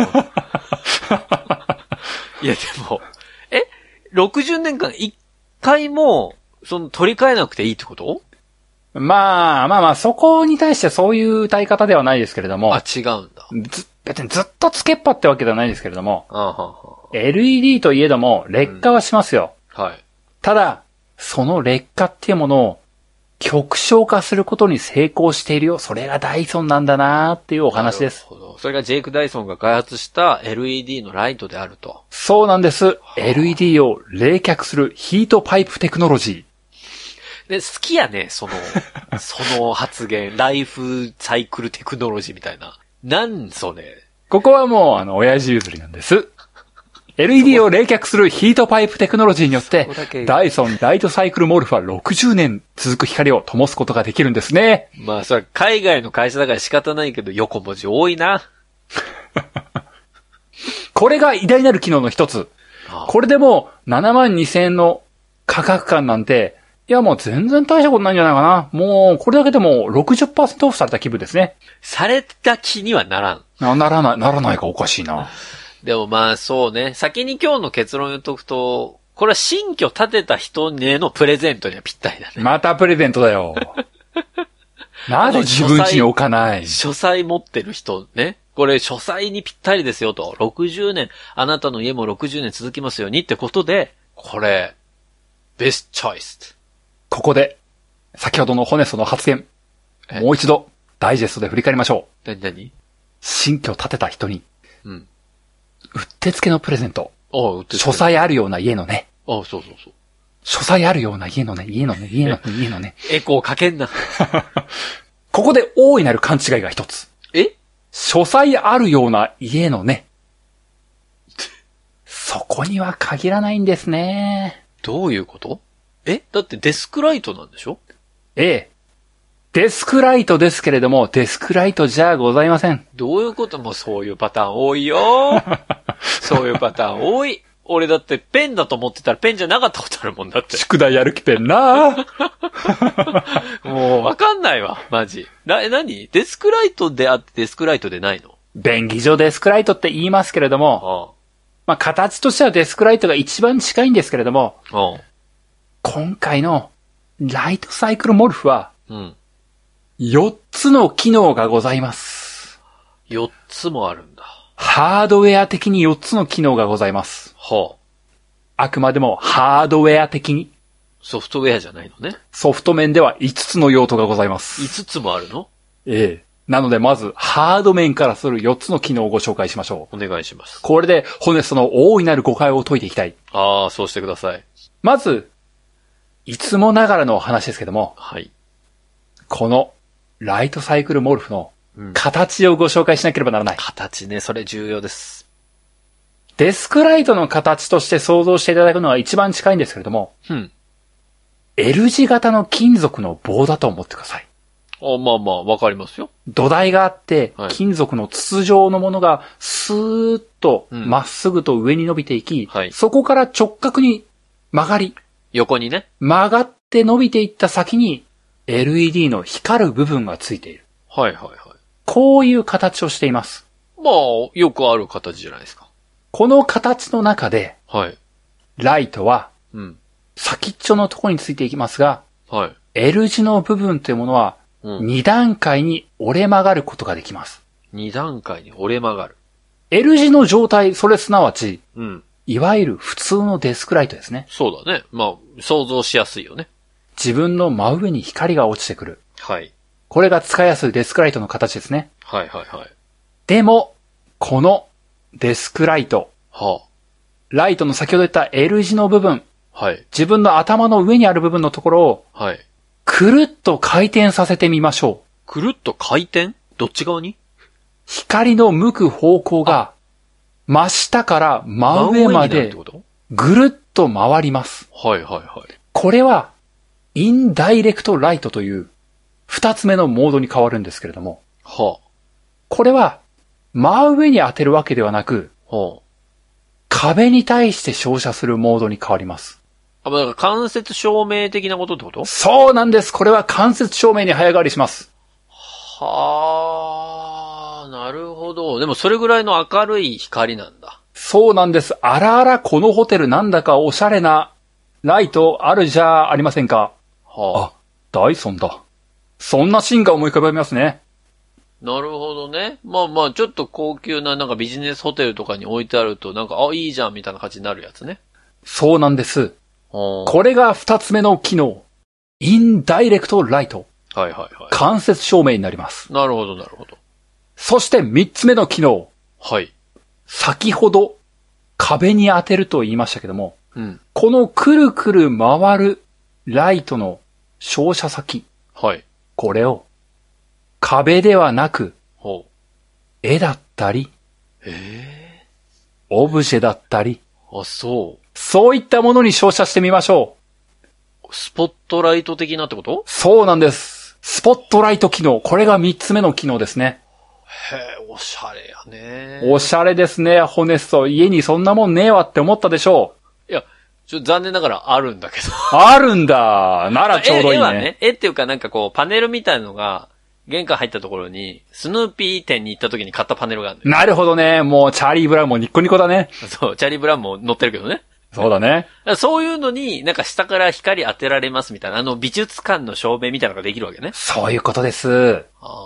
A: いや、でも、え ?60 年間一回も、その取り替えなくていいってこと
B: まあまあまあ、そこに対してそういう歌い方ではないですけれども
A: あ、、違うんだ。
B: ず別にずっとつけっぱってわけではないですけれども、
A: あはは
B: LED といえども劣化はしますよ。
A: はい。
B: ただ、その劣化っていうものを極小化することに成功しているよ。それがダイソンなんだなーっていうお
A: お
B: 話です。。
A: それがジェイク・ダイソンが開発した LED のライトであると。
B: そうなんです。LED を冷却するヒートパイプテクノロジー。
A: で、好きやね、その、その発言。ライフサイクルテクノロジーみたいな。なんそれ。
B: ここはもう、あの、親父譲りなんです。LED を冷却するヒートパイプテクノロジーによって
A: そこだけ、
B: ダイソンライトサイクルモルフは60年続く光を灯すことができるんですね。
A: まあ、それは海外の会社だから仕方ないけど、横文字多いな。
B: これが偉大なる機能の一つ。
A: あ
B: これでもう7万2000円の価格感なんて、いやもう全然大したことないんじゃないかな。もうこれだけでも60%オフされた気分ですね。
A: された気にはならん。
B: なならない、ならないかおかしいな。
A: でもまあそうね。先に今日の結論言っとくと、これは新居建てた人へのプレゼントにはぴったりだね。
B: またプレゼントだよ。なぜ自分家に置かない
A: 書斎持ってる人ね。これ書斎にぴったりですよと。60年、あなたの家も60年続きますようにってことで、これ、ベストチョイス。
B: ここで、先ほどのホネストの発言、
A: え
B: もう一度、ダイジェストで振り返りましょう。
A: なになに
B: 新居を建てた人に、
A: うん。
B: うってつけのプレゼント。
A: ああ、売ってる
B: 書。斎あるような家のね。
A: ああ、そうそうそう。
B: 書斎あるような家のね、家のね、家のね、家のね。
A: エコーかけんな。
B: ここで大いなる勘違いが一つ。
A: え
B: 書斎あるような家のね。そこには限らないんですね。
A: どういうことえだってデスクライトなんでしょ
B: ええ。デスクライトですけれども、デスクライトじゃございません。
A: どういうこともうそういうパターン多い [LAUGHS] よ。そういうパターン多い。俺だってペンだと思ってたらペンじゃなかったことあるもんだって。
B: 宿題やる気てんな [LAUGHS]
A: もうわかんないわ、マジ。な、え、なにデスクライトであってデスクライトでないの
B: 便宜上デスクライトって言いますけれども、
A: あ
B: まあ、形としてはデスクライトが一番近いんですけれども、
A: あ。ああ。
B: 今回のライトサイクルモルフは
A: うん。
B: 4つの機能がございます。
A: 4つもあるんだ。
B: ハードウェア的に4つの機能がございます。
A: はあ。
B: あくまでもハードウェア的に
A: ソフトウェアじゃないのね。
B: ソフト面では5つの用途がございます。
A: 5つもあるの
B: ええ。なのでまずハード面からする4つの機能をご紹介しましょう。
A: お願いします。
B: これでホネストの大いなる誤解を解いていきたい。
A: ああ、そうしてください。
B: まず、いつもながらのお話ですけども、
A: はい。
B: このライトサイクルモルフの
A: うん
B: 形をご紹介しなければならない。
A: 形ね、それ重要です。
B: デスクライトの形として想像していただくのは一番近いんですけれども、
A: うん。
B: L 字型の金属の棒だと思ってください。
A: あまあまあ、わかりますよ。
B: 土台があって
A: は、い
B: 金属の筒状のものがスーッと
A: うん
B: まっすぐと上に伸びていき、
A: はい
B: そこから直角に曲がり、
A: 横にね。
B: 曲がって伸びていった先に LED の光る部分がついている。
A: はいはいはい。
B: こういう形をしています。
A: まあ、よくある形じゃないですか。
B: この形の中で、
A: はい。
B: ライトは
A: うん。
B: 先っちょのところについていきますが、
A: はい。
B: L 字の部分というものは
A: うん。
B: 2段階に折れ曲がることができます。
A: 二段階に折れ曲がる。
B: L 字の状態、それすなわち、
A: うん。
B: いわゆる普通のデスクライトですね。
A: そうだね。まあ、想像しやすいよね。
B: 自分の真上に光が落ちてくる。
A: はい。
B: これが使いやすいデスクライトの形ですね。
A: はいはいはい。
B: でも、このデスクライト、
A: は
B: ライトの先ほど言った L 字の部分、
A: あ。はい。
B: 自分の頭の上にある部分のところを、
A: はい。
B: くるっと回転させてみましょう。
A: くるっと回転どっち側に
B: 光の向く方向が、真下から真上ま
A: になるっ
B: で
A: てこと
B: ぐるっと回ります。
A: はいはいはい。
B: これは、インダイレクトライトという、二つ目のモードに変わるんですけれども、
A: は
B: これは、真上に当てるわけではなく、
A: あ。は
B: 壁に対して照射するモードに変わります。
A: あ。あ、まあだから間接照明的なことってこと
B: そうなんですこれは間接照明に早変わりします。
A: はあ、なるほど。でもそれぐらいの明るい光なんだ。
B: そうなんです。あらあらこのホテルなんだかおしゃれなライトあるじゃありませんか。
A: はあ。
B: ダイソンだ。そんなシーンが思い浮かべますね。
A: なるほどね。まあまあ、ちょっと高級ななんかビジネスホテルとかに置いてあると、なんか、あ、いいじゃんみたいな感じになるやつね。
B: そうなんです。
A: は
B: これが二つ目の機能。インダイレクトライト。
A: あはいはいは
B: 間接照明になります。
A: い。なるほどなるほど。
B: そして三つ目の機能。
A: はい。
B: 先ほど壁に当てると言いましたけども、
A: うん。
B: このくるくる回るライトの照射先、
A: はい。
B: これを壁ではなく
A: ほう。
B: 絵だったり、
A: ええ
B: オブジェだったり、
A: あ、そう。
B: そういったものに照射してみましょう。
A: スポットライト的なってこと
B: そうなんです。スポットライト機能。これが三つ目の機能ですね。
A: へえ、おしゃれやね。
B: おしゃれですね、ホネスト。家にそんなもんねえわって思ったでしょう。
A: いや、ちょっと残念ながらあるんだ
B: [LAUGHS]
A: けど。
B: あるんだ。
A: [LAUGHS]
B: ならちょうどいい
A: 絵は
B: ね。。
A: 絵っていうかなんかこう、パネルみたいのが、玄関入ったところに、スヌーピー店に行った時に
B: [LAUGHS]
A: 買ったパネルがあるんだよ。
B: なるほどね。もうチャーリー・ブラウンもニッコニコだね。
A: そう、チャーリー・ブラウンも載ってるけどね。
B: そうだね。
A: そういうのに、なんか下から光当てられますみたいな、あの美術館の照明みたいなのができるわけね。
B: そういうことです。
A: あ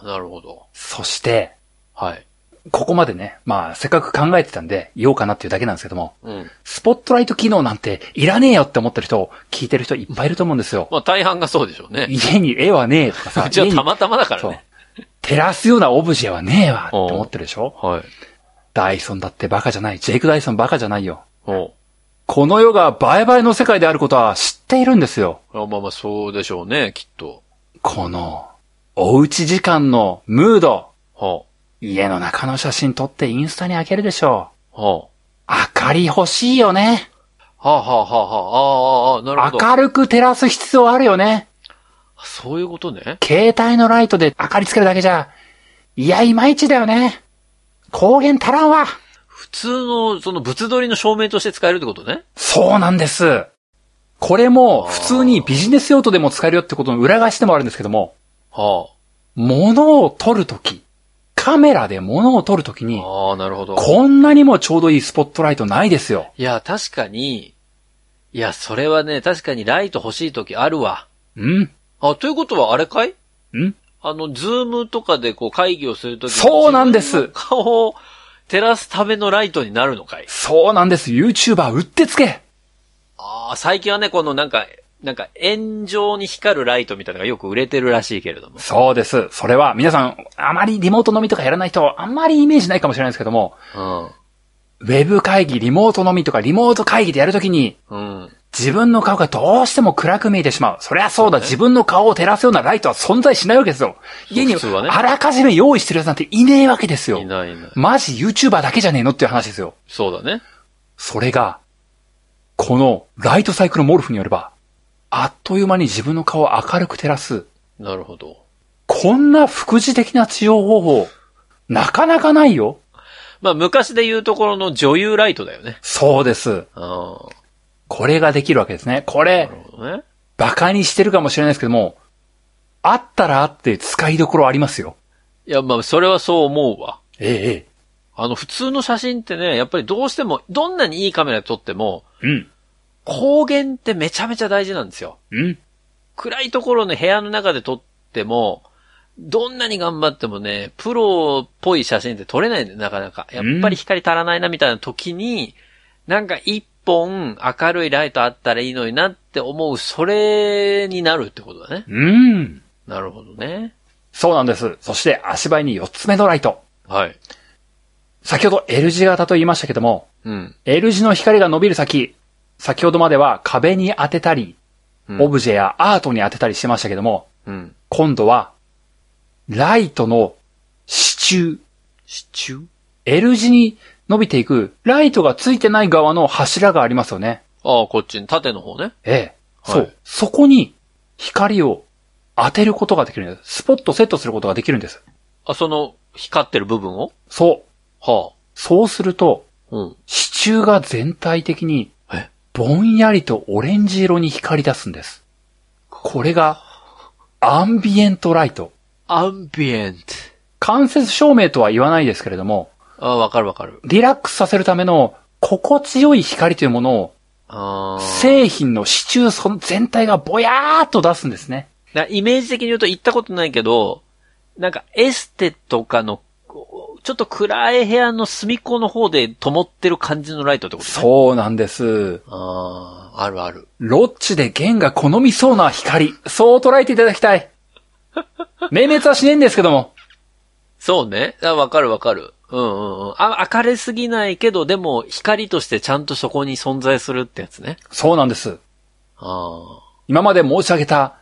A: あ、なるほど。
B: そして、
A: はい。
B: ここまでね、まあ、せっかく考えてたんで、言おうかなっていうだけなんですけども、
A: うん。
B: スポットライト機能なんていらねえよって思ってる人、聞いてる人いっぱいいると思うんですよ。
A: まあ大半がそうでしょうね。
B: 家に絵はねえとか
A: [LAUGHS]
B: さ、
A: うちは
B: 家に
A: たまたまだから
B: そう
A: ね。。
B: 照らすようなオブジェはねえわって思ってるでしょ
A: はい。
B: ダイソンだってバカじゃない。ジェイク・ダイソンバカじゃないよ。
A: お
B: この世が倍々の世界であることは知っているんですよ。
A: あまあまあそうでしょうね、きっと。
B: この、おうち時間のムード。
A: は
B: 家の中の写真撮ってインスタにあげるでしょ
A: あ、は
B: う。明かり欲しいよね。
A: あ、はあ、はあ、はあ、ああ、ああ、なるほど。
B: 明るく照らす必要あるよね。
A: そういうことね。
B: 携帯のライトで明かりつけるだけじゃ、いや、いまいちだよね。光源足らんわ。
A: 普通の、その、物撮りの照明として使えるってことね。
B: そうなんです。これも普通にビジネス用途でも使えるよってことの裏返しでもあるんですけども、
A: は
B: 物を撮るとき、カメラで物を撮るとき
A: あ、
B: に、
A: ああ、なるほど。
B: こんなにもちょうどいいスポットライトないですよ。
A: いや、確かに、いや、それはね、確かにライト欲しい時あるわ。
B: うん
A: あ、ということはあれかい
B: ん
A: あの、ズームとかでこう会議をするとき
B: そうなんです
A: 顔を照らすためのライトになるのかい
B: そうなんです。YouTuber うってつけ。
A: ああ、最近はね、このなんか、なんか、円状に光るライトみたいなのがよく売れてるらしいけれども。
B: そうです。それは皆さん、あまりリモート飲みとかやらない人、あんまりイメージないかもしれないですけども、ウェブ会議、リモート飲みとかリモート会議でやるときに、
A: うん。うん。
B: 自分の顔がどうしても暗く見えてしまう。そりゃそうだ、自分の顔を照らすようなライトは存在しないわけですよ。家に
A: 普通はね
B: あらかじめ用意してるやつなんていねえわけですよ
A: い。ないいない。
B: マジ YouTuber だけじゃねえのっていう話ですよ。
A: そうだね。
B: それが、このライトサイクルモルフによれば、あっという間に自分の顔を明るく照らす、
A: なるほど。
B: こんな副次的な治療方法、なかなかないよ。
A: まあ、昔で言うところの女優ライトだよね。
B: そうです。
A: ああ。
B: これができるわけですね。これ
A: なる、ほどね。
B: バカにしてるかもしれないですけども、あったらあって使いどころありますよ。
A: いや、まあ、それはそう思うわ。
B: ええ、え
A: あの、普通の写真ってね、やっぱりどうしても、どんなにいいカメラで撮っても、
B: え。うん。
A: 光源ってめちゃめちゃ大事なんですよ。
B: うん。
A: 暗いところの部屋の中で撮っても、どんなに頑張ってもね、プロっぽい写真って撮れないんだよ、なかなか。やっぱり光足らないなみたいな時に、なんか一本明るいライトあったらいいのになって思う、それになるってことだね。
B: うん。
A: なるほどね。
B: そうなんです。そして足早に4つ目のライト。
A: はい。
B: 先ほど L 字型と言いましたけども、
A: うん。
B: L 字の光が伸びる先、先ほどまでは壁に当てたり、
A: うん
B: オブジェやアートに当てたりしてましたけども、
A: うん。
B: 今度は、ライトの支柱、
A: 支柱
B: L 字に伸びていく、ライトがついてない側の柱がありますよね。
A: ああ、こっちに、縦の方ね。
B: ええ。
A: はい
B: そう。そこに光を当てることができるんです。スポットセットすることができるんです。
A: あ、その、光ってる部分を
B: そう。
A: は
B: そうすると、
A: あ。うん。
B: 支柱が全体的に
A: え、
B: ぼんやりとオレンジ色に光り出すんです。これが、アンビエントライト。
A: アンビエント。
B: 間接照明とは言わないですけれども、
A: ああ、わかるわかる。
B: リラックスさせるための心地よい光というものを、
A: ああ。
B: 製品の支柱その全体がぼやーっと出すんですね。
A: なイメージ的に言うと行ったことないけど、なんかエステとかの、こうちょっと暗い部屋の隅っこの方で灯ってる感じのライトってことね。
B: そうなんです。
A: ああ、あるある。
B: ロッチで弦が好みそうな光。そう捉えていただきた [LAUGHS] い。明滅はしねえんですけども。
A: そうね。あわかるわかる。うんうんうん。あ、明るすぎないけど、でも光としてちゃんとそこに存在するってやつね。
B: そうなんです。
A: あ
B: 今まで申し上げた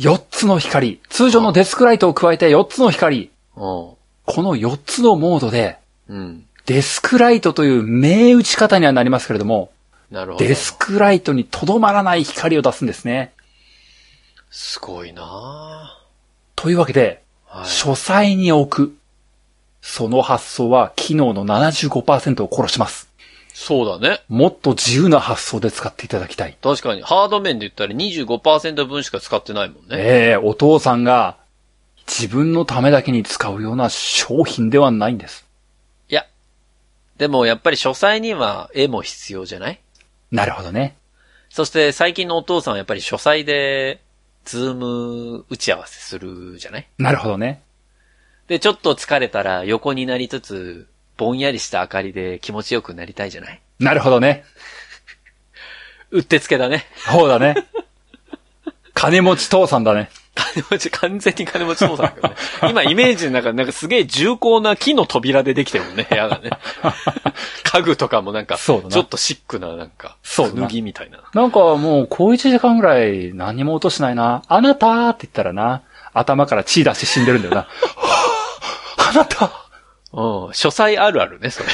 B: 4つの光。通常のデスクライトを加えて4つの光。
A: あ。う
B: この4つのモードで、
A: ん。うん。
B: デスクライトという銘打ち方にはなりますけれども、
A: なるほど。
B: デスクライトにとどまらない光を出すんですね。
A: すごいな
B: というわけで、
A: あはい。
B: 書斎に置く。その発想は機能の75%を殺します。
A: そうだね。
B: もっと自由な発想で使っていただきたい。
A: 確かに。ハード面で言ったら25%分しか使ってないもんね。
B: ええお父さんが自分のためだけに使うような商品ではないんです。
A: でもやっぱり書斎には絵も必要じゃない
B: なるほどね。
A: そして最近のお父さんはやっぱり書斎で、ズーム打ち合わせするじゃない
B: なるほどね。
A: で、ちょっと疲れたら横になりつつ、ぼんやりした明かりで気持ちよくなりたいじゃない
B: なるほどね。
A: うってつけだね。
B: そうだ
A: [LAUGHS]
B: ね。金持ち父さんだね。
A: 金持ち、完全に金持ち父さんだけどね。今イメージの中でなんかすげえ重厚な木の扉でできてるもんね、部屋がね。家具とかもなんか、ち
B: そうだな
A: ょっとシックななんか、
B: そうだな
A: 脱ぎみたいな。
B: なんかもう、こう一時間ぐらい何も音しないな。あなたって言ったらな、頭から血出して死んでるんだよ
A: [LAUGHS]
B: な。はぁあなた
A: うん、書斎あるあるね、それ。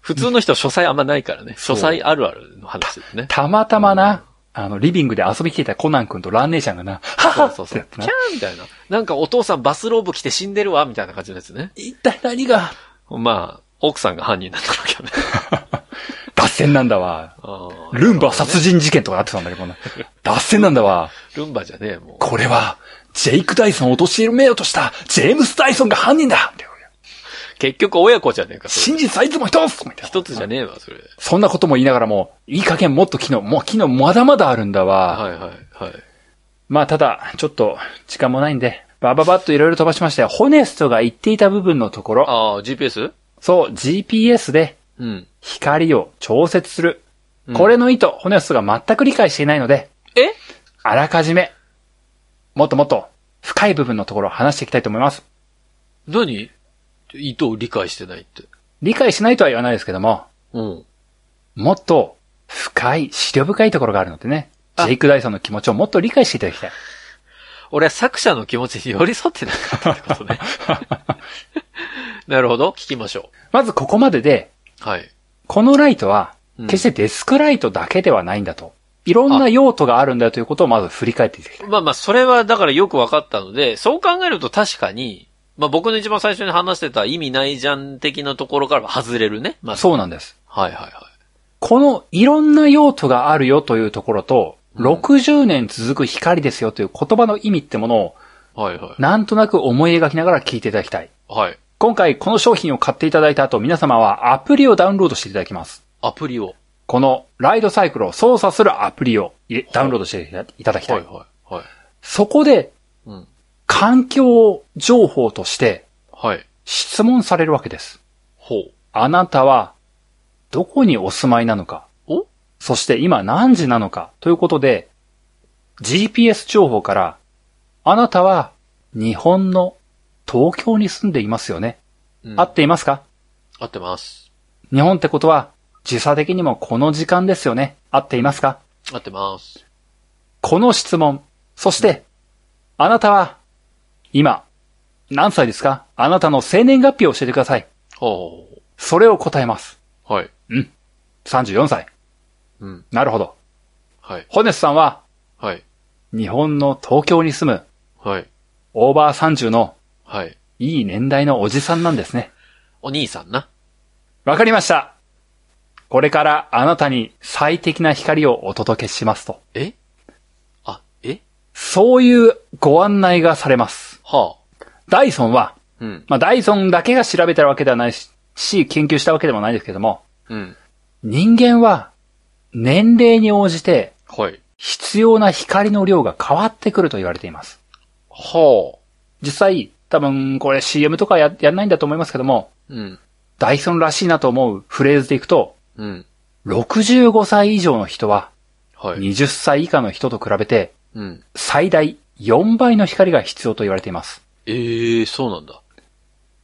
A: 普通の人は書斎あんまないからね。書
B: そう
A: 斎あるあるの話ですね。
B: たまたまな、あの、リビングで遊び来てたコナン君とラン姉ちゃんがな、は
A: そ
B: は
A: うそう
B: [LAUGHS]
A: そう。
B: っ
A: キ
B: て
A: ャ
B: な
A: ーみたいな。なんかお父さんバスローブ着て死んでるわ、みたいな感じのやつね。
B: 一体何が
A: まあ、奥さんが犯人だったわけよね。 [LAUGHS]
B: 脱線なんだわ。
A: あー
B: ルンバ殺人事件とかあってたんだけどな。脱線なんだわ。
A: ルンバじゃねえ、もう。
B: これは、ジェイク・ダイソンを陥めようとした、ジェームス・ダイソンが犯人だ
A: 結局親子じゃねえか、それ
B: 真実はいつも一つみたいな
A: 一つじゃねえわ、それ。
B: そんなことも言いながらも、いい加減もっと機能、もう機能まだまだあるんだわ。
A: はいはいはい。
B: まあただ、ちょっと時間もないんで、バババッといろいろ飛ばしましたよ。ホネストが言っていた部分のところ、
A: ああ、GPS?
B: そう、GPS で
A: うん。
B: 光を調節する。
A: うん
B: これの意図、ホネストが全く理解していないので、
A: え
B: あらかじめ、もっともっと深い部分のところを話していきたいと思います。
A: 何意図を理解してないって。
B: 理解しないとは言わないですけども、
A: うん。
B: もっと深い、資料深いところがあるのでね、ジ
A: あ
B: ェイク・ダイソンの気持ちをもっと理解していただきたい。
A: 俺は作者の気持ちに寄り添ってなかったってことね。なるほど。聞きましょ
B: まずここまでで、
A: う。はい。
B: このライトは、
A: うん
B: 決してデスクライトだけではないんだと。いろんな用途があるんだよということをまず振り返っていただきたい。
A: まあまあ、それはだからよく分かったので、そう考えると確かに、まあ僕の一番最初に話してた意味ないじゃん的なところからは外れるね。まあ、
B: そうなんです。
A: はいはいは
B: このいろんな用途があるよというところと、60年続く光ですよという言葉の意味ってものを、
A: い。はいはい。
B: なんとなく思い描きながら聞いていただきたい。
A: はい。
B: 今回この商品を買っていただいた後、皆様はアプリをダウンロードしていただきます。
A: アプリを。
B: このライドサイクルを操作するアプリを入れダウンロードしていただきた
A: はい
B: い。
A: はい。はい。
B: そこで
A: うん。
B: 環境情報として
A: はい。
B: 質問されるわけです。
A: ほう。
B: あなたは、どこにお住まいなのか、
A: お
B: そして今何時なのか、ということで、GPS 情報から、あなたは、日本の東京に住んでいますよね。
A: うん
B: 合っていますか
A: 合ってます。
B: 日本ってことは、時差的にもこの時間ですよね。合っていますか
A: 合ってます。
B: この質問。そして、あなたは、今、何歳ですかあなたの生年月日を教えてください。
A: ほう。
B: それを答えます。
A: はい。
B: 34歳。
A: うん。
B: なるほど。
A: はい。
B: ホネスさんは、
A: はい。
B: 日本の東京に住む
A: はい。
B: オーバー30の
A: はい。
B: いい年代のおじさんなんですね。
A: お兄さんな。
B: わかりました。これからあなたに最適な光をお届けしますと。
A: えあ、え
B: そういうご案内がされます。
A: は
B: ダイソンは、
A: あ。うん。
B: まあダイソンだけが調べたわけではないし、研究したわけでもないですけども、
A: うん。
B: 人間は年齢に応じて
A: はい。
B: 必要な光の量が変わってくると言われています。
A: は
B: 実際、多分これ CM とかややんないんだと思いますけども、
A: あ。うん。
B: ダイソンらしいなと思うフレーズでいくと、
A: うん。
B: 65歳以上の人は
A: はい。
B: 20歳以下の人と比べて
A: うん。
B: 最大4倍の光が必要と言われています。
A: ええそうなんだ。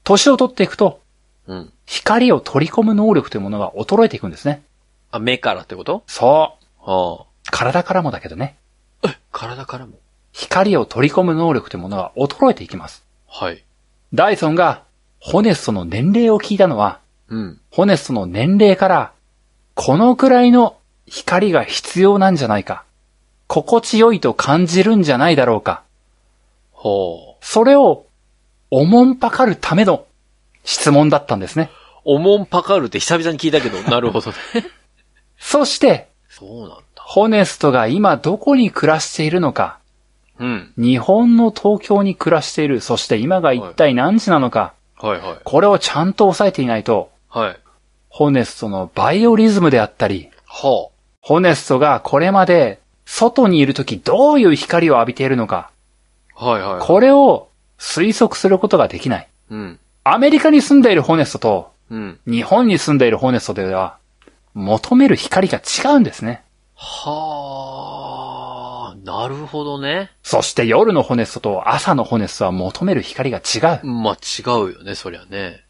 B: 年を取っていくと
A: うん。
B: 光を取り込む能力というものが衰えていくんですね。
A: あ、目からってこと
B: そう。
A: は
B: 体からもだけどね。
A: あ。え、体からも。
B: 光を取り込む能力というものが衰えていきます。
A: はい。
B: ダイソンがホネストの年齢を聞いたのは、
A: うん。
B: ホネストの年齢から、このくらいの光が必要なんじゃないか。心地よいと感じるんじゃないだろうか。
A: は
B: それを、おもんぱかるための質問だったんですね。
A: あ。おもんぱかるって久々に聞いたけど、なるほ [LAUGHS] どね。
B: そして、
A: そうなんだ。
B: ホネストが今どこに暮らしているのか、
A: うん。
B: 日本の東京に暮らしている、そして今が一体何時なのか、
A: はいはい。
B: これをちゃんと押さえていないと、
A: はい。
B: ホネストのバイオリズムであったり、
A: ほ
B: ホネストがこれまで外にいるときどういう光を浴びているのか、
A: う。はいはい。
B: これを推測することができない。
A: うん。
B: アメリカに住んでいるホネストと
A: うん。
B: 日本に住んでいるホネストでは求める光が違うんですね。
A: はあ、なるほどね。
B: そして夜のホネストと朝のホネストは求める光が違う。
A: まあ、違うよね、そりゃね。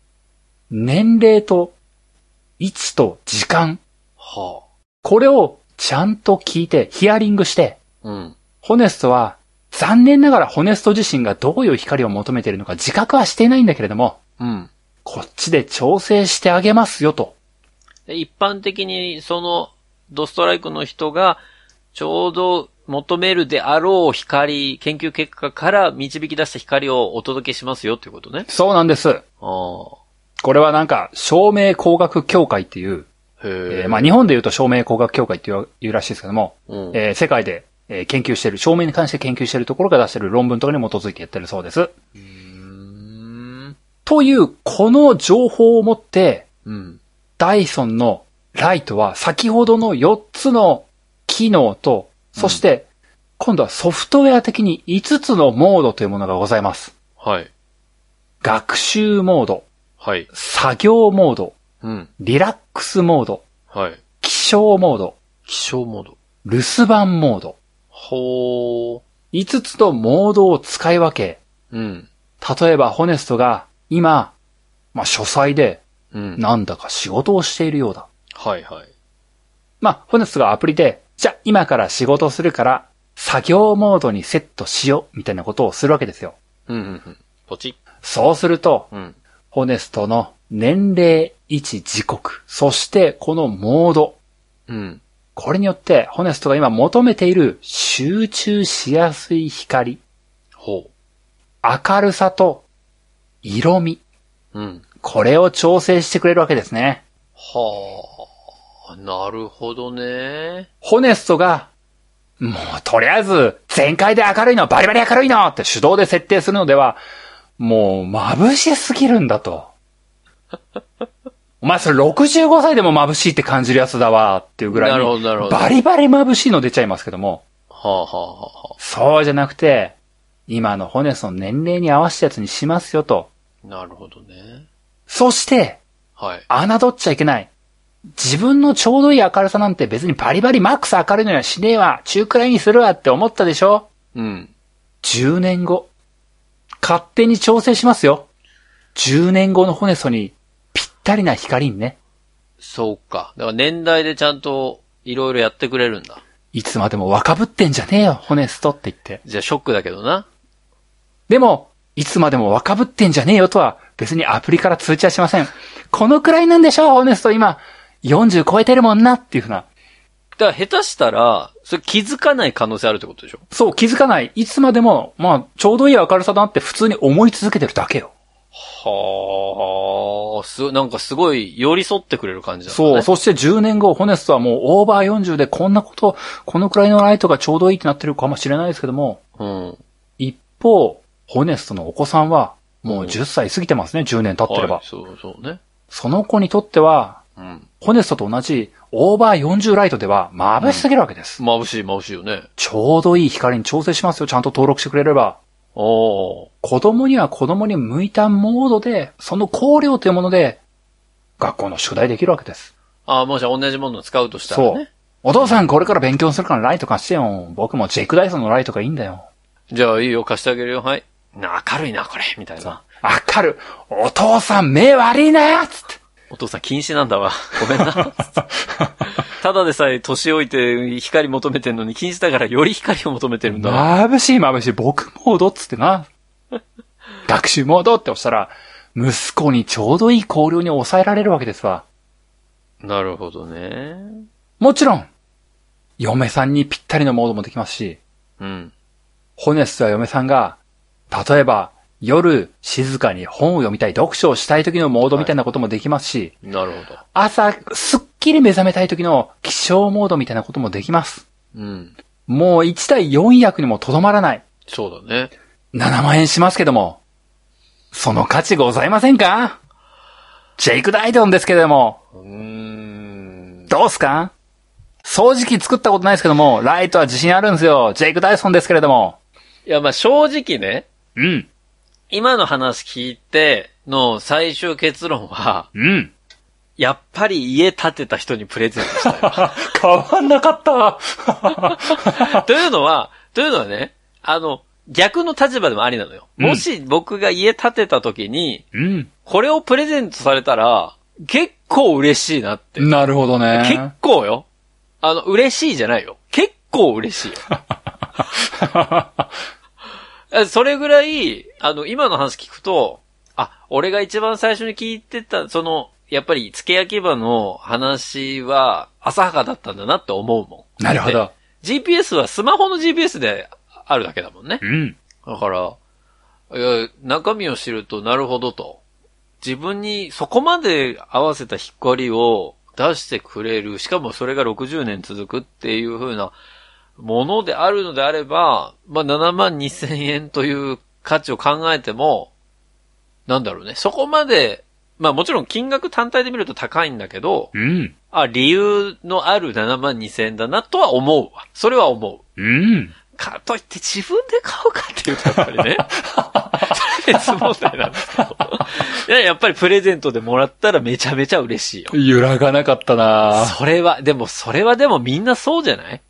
B: 年齢と位置と時間。
A: は
B: これをちゃんと聞いてヒアリングして、
A: あ。うん。
B: ホネストは残念ながらホネスト自身がどういう光を求めているのか自覚はしていないんだけれども、
A: うん。
B: こっちで調整してあげますよと。
A: で一般的に、その、ドストライクの人が、ちょうど求めるであろう光、研究結果から導き出した光をお届けしますよっていうことね。
B: そうなんです。
A: あ
B: これはなんか、照明工学協会っていう、
A: あ。へ
B: えーまあ日本で言うと照明工学協会っていういうらしいですけども、
A: うん。
B: えー世界で、えー研究している、照明に関して研究しているところが出している論文とかに基づいてやってるそうです。
A: うーん。
B: という、この情報を持って、
A: うん。
B: ダイソンのライトは先ほどの4つの機能と、そして、今度はソフトウェア的に5つのモードというものがございます。
A: はい。
B: 学習モード、
A: はい。
B: 作業モード、
A: うん。
B: リラックスモード、
A: はい。
B: 起床モード、
A: 気象モード。
B: 留守番モード。
A: ほー。
B: 5つのモードを使い分け、
A: うん。
B: 例えばホネストが今、まあ書斎で
A: うん。
B: なんだか仕事をしているようだ。
A: はいはい。
B: まあ、ホネストがアプリで、じゃあ今から仕事をするから作業モードにセットしようみたいなことをするわけですよ。
A: うんうんうん。ポチ
B: そうすると、
A: ッ。うん。
B: ホネストの年齢、位置、時刻、そしてこのモード、
A: うん。
B: これによってホネストが今求めている集中しやすい光、
A: ほ
B: 明るさと色味、
A: う。うん。
B: これを調整してくれるわけですね。
A: はあ。なるほどね。
B: ホネストが、もうとりあえず、全開で明るいの、バリバリ明るいのって手動で設定するのでは、もう眩しすぎるんだと。 [LAUGHS] お前それ65歳でも眩しいって感じるやつだわっていうぐらいに。
A: なるほどなるほど
B: バリバリ眩しいの出ちゃいますけども。
A: はあはあはあは
B: そうじゃなくて、今のホネストの年齢に合わせたやつにしますよと。
A: あ。なるほどね。
B: そして、
A: はい。
B: 侮っちゃいけない。自分のちょうどいい明るさなんて別にバリバリマックス明るいのにはしねえわ、中くらいにするわって思ったでしょ
A: うん。
B: 10年後。勝手に調整しますよ。10年後のホネストにぴったりな光にね、
A: そうか。だから年代でちゃんといろいろやってくれるんだ。
B: いつまでも若ぶってんじゃねえよ、ホネストって言って。
A: じゃあショックだけどな。
B: でも、いつまでも若ぶってんじゃねえよとは別にアプリから通知はしません。このくらいなんでしょう、ホネスト今。40超えてるもんなっていうふうな。
A: だから下手したら、それ気づかない可能性あるってことでしょ
B: そう、気づかない。いつまでも、まあ、ちょうどいい明るさだなって普通に思い続けてるだけよ。
A: はあ。す、なんかすごい寄り添ってくれる感じだ、ね。
B: そう、そして10年後、ホネストはもうオーバー40でこんなこと、このくらいのライトがちょうどいいってなってるかもしれないですけども、
A: う。うん。
B: 一方、ホネストのお子さんは、もう10歳過ぎてますね、10年経ってれば。
A: はいそうそうね。
B: その子にとっては、
A: うん。
B: ホネストと同じオーバー40ライトでは眩しすぎるわけです。
A: 眩しい眩しいよね。
B: ちょうどいい光に調整しますよ、ちゃんと登録してくれれば。
A: おー。
B: 子供には子供に向いたモードで、その考慮というもので、学校の宿題できるわけです。
A: ああ、もし同じものを使うとしたら
B: そ
A: ね
B: う。。お父さんこれから勉強するからライト貸してよ。僕もジェイクダイソンのライトがいいんだよ。
A: じゃあいいよ、貸してあげるよ、はい。な明るいな、これ、みたいな。
B: 明るお父さん目悪いなつって。
A: お父さん禁止なんだ [LAUGHS] わ。ごめんな。ただでさえ年老いて光求めてんのに禁止だからより光を求めてるんだわ。
B: 眩しい眩しい、僕モードっつってな。学習モードって押したら、息子にちょうどいい考慮に抑えられるわけですわ。
A: なるほどね。
B: もちろん、嫁さんにぴったりのモードもできますし、
A: うん。
B: ホネストは嫁さんが、例えば、夜、静かに本を読みたい、読書をしたい時のモードみたいなこともできますし、
A: なるほど。
B: 朝、すっきり目覚めたい時の起床モードみたいなこともできます。
A: うん。
B: もう1対4役にもとどまらない。
A: そうだね。
B: 7万円しますけども、その価値ございませんかジェイク・ダイドンですけれども、
A: うーん。
B: どうすか掃除機作ったことないですけども、ライトは自信あるんですよ。ジェイク・ダイソンですけれども。
A: いや、まあ、正直ね、
B: うん。
A: 今の話聞いての最終結論は、
B: うん。
A: やっぱり家建てた人にプレゼントしたよ。
B: [LAUGHS] 変わんなかった。
A: というのは、というのはね、あの、逆の立場でもありなのよ。
B: うん
A: もし僕が家建てた時に、
B: うん。
A: これをプレゼントされたら、結構嬉しいなって。
B: なるほど
A: 結
B: ね。
A: 構よ。あの、嬉しいじゃないよ。結構嬉しいよ。
B: [LAUGHS]
A: えそれぐらい、あの、今の話聞くと、あ、俺が一番最初に聞いてた、その、やっぱり、付け焼き場の話は、浅はかだったんだなって思うもん。
B: なるほど。
A: で。GPS はスマホの GPS であるだけだもんね。
B: うん。
A: だから、いや、中身を知るとなるほどと。自分にそこまで合わせた光を出してくれる、しかもそれが60年続くっていう風なものであるのであれば、まあ7万2千円という価値を考えても、なんだろうね。そこまで、まあもちろん金額単体で見ると高いんだけど、
B: うん。
A: あ、理由のある7万2千円だなとは思うわ。それは思う。
B: うん。
A: か、といって自分で買うかっていうとやっぱりね。 [LAUGHS] それ別問題なんですけど。いや、やっぱりプレゼントでもらったらめちゃめちゃ嬉しいよ。
B: 揺らがなかったな
A: それは、でもそれはでもみんなそうじゃない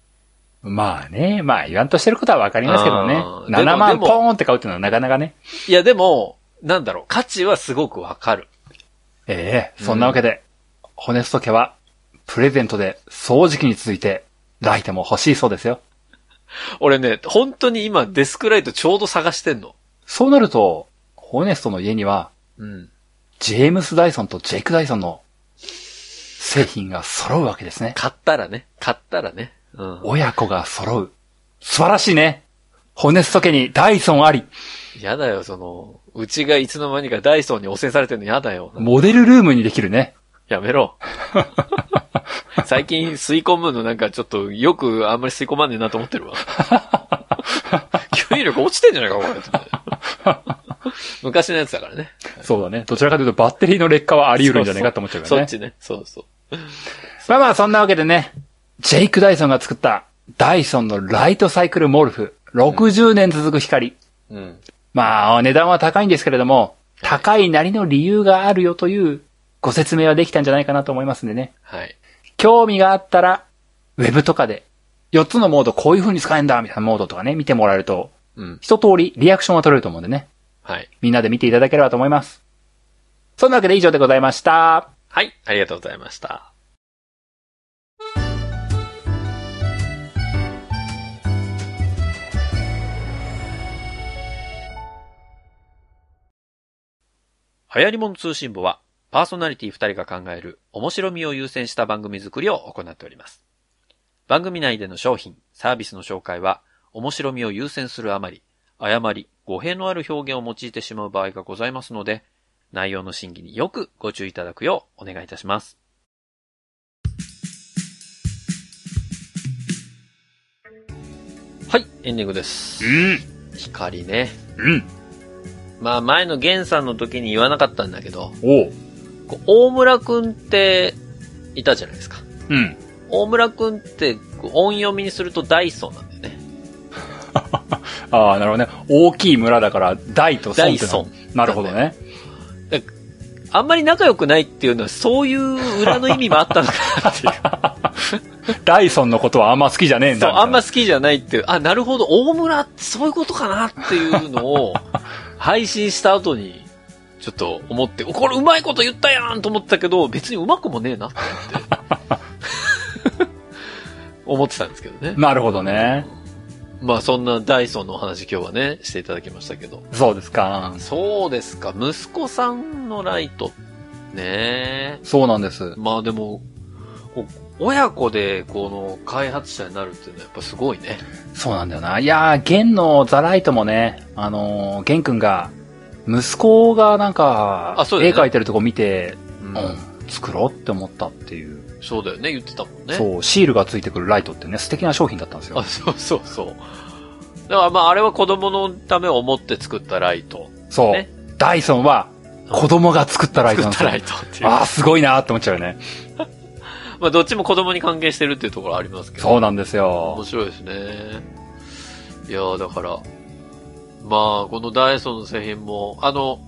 B: まあね、まあ言わんとしてることはわかりますけどね
A: あ。ーでも
B: 7
A: で
B: 万
A: も
B: ポーンって買うっていうのはなかなかね。
A: いや、でも、なんだろう、価値はすごくわかる。
B: ええそんなわけで、ホネスト家は、プレゼントで掃除機に続いて、ライトも欲しいそうですよ。
A: 俺ね、本当に今デスクライトちょうど探してんの。
B: そうなると、ホネストの家には、
A: うん。
B: ジェームス・ダイソンとジェイク・ダイソンの製品が揃うわけですね。
A: 買ったらね、買ったらね。うん。
B: 親子が揃う。素晴らしいね。ホネスト家にダイソンあり。
A: やだよ、その、うちがいつの間にかダイソンに汚染されてるのやだよ。
B: モデルルームにできるね。
A: やめろ。 [LAUGHS] 最近吸い込むのなんかちょっとよくあんまり吸い込まんねえなと思ってる
B: [LAUGHS]
A: わ。吸引力落ちてんじゃないか、これ。昔のやつだからね。
B: そうだね。どちらかというとバッテリーの劣化はあり得るんじゃないかと思っちゃうから
A: そ
B: ね
A: っ。ちね。そうそう。
B: まあまあ、そんなわけでね、ジェイク・ダイソンが作ったダイソンのライトサイクルモルフ。60年続く光。
A: うん。
B: まあ、値段は高いんですけれども、高いなりの理由があるよというご説明はできたんじゃないかなと思いますんでね。
A: はい。
B: 興味があったら、ウェブとかで、4つのモードこういう風に使えんだ、みたいなモードとかね、見てもらえると、
A: うん。
B: 一通りリアクションは取れると思うんでね。
A: はい。
B: みんなで見ていただければと思います。そんなわけで以上でございました。
A: はい。ありがとうございました。流行り物通信簿は、パーソナリティ2人が考える面白みを優先した番組作りを行っております。番組内での商品、サービスの紹介は、面白みを優先するあまり、誤り、語弊のある表現を用いてしまう場合がございますので、内容の審議によくご注意いただくようお願いいたします。はい、エンディングです。
B: ん、
A: 光ね。
B: うん、
A: まあ前のゲンさんの時に言わなかったんだけど、
B: おう、
A: こう大村くんって、いたじゃないですか。
B: うん。
A: 大村くんって、こう音読みにするとダイソンなんだよね。
B: ああ、なるほどね。大きい村だから、大と
A: ダ
B: 村
A: イ
B: ってのは
A: ソン。
B: なるほどね。
A: あんまり仲良くないっていうのは、そういう裏の意味もあったのか [LAUGHS] なっていう。
B: ダイソンのことはあんま好きじゃねえんだ。
A: そう、あんま
B: 好
A: 好きじゃないっていう、あ、なるほど、大村ってそういうことかなっていうのを、配信した後に、ちょっと思って、おこれうまいこと言ったやんと思ったけど、別にうまくもねえなって思って [LAUGHS] 思ってたんですけどね。
B: なるほどね。
A: まあそんなダイソンのお話今日はね、していただきましたけど。
B: そうですか。
A: そうですか、息子さんのライト。ねえ。
B: そうなんです。
A: まあでも、こう親子でこの開発者になるっていうのはやっぱすごいね。
B: そうなんだよな。いやー、ゲンのザライトもね、あのー、ゲン君が、息子がなんか、
A: あそうだよね
B: 絵描いてるとこ見て、
A: うん
B: うん、作ろうって思ったっていう。
A: そうだよね、言ってたもんね。
B: そう、シールがついてくるライトってね、素敵な商品だったんですよ
A: あ、。そうそうそう。だからまああれは子供のためを思って作ったライト。
B: そう、
A: ね
B: ダイソンは、
A: うん
B: 子供が作ったライト
A: 作
B: なん
A: っ
B: で
A: た
B: すよ
A: ライトっていう。
B: ああ、すごいなーって思っちゃうよね。
A: まあ、どっちも子供に関係してるっていうところありますけど。
B: そうなんです
A: 面
B: よ。
A: 白いですね。いやー、だから、まあ、このダイソンの製品も、あの、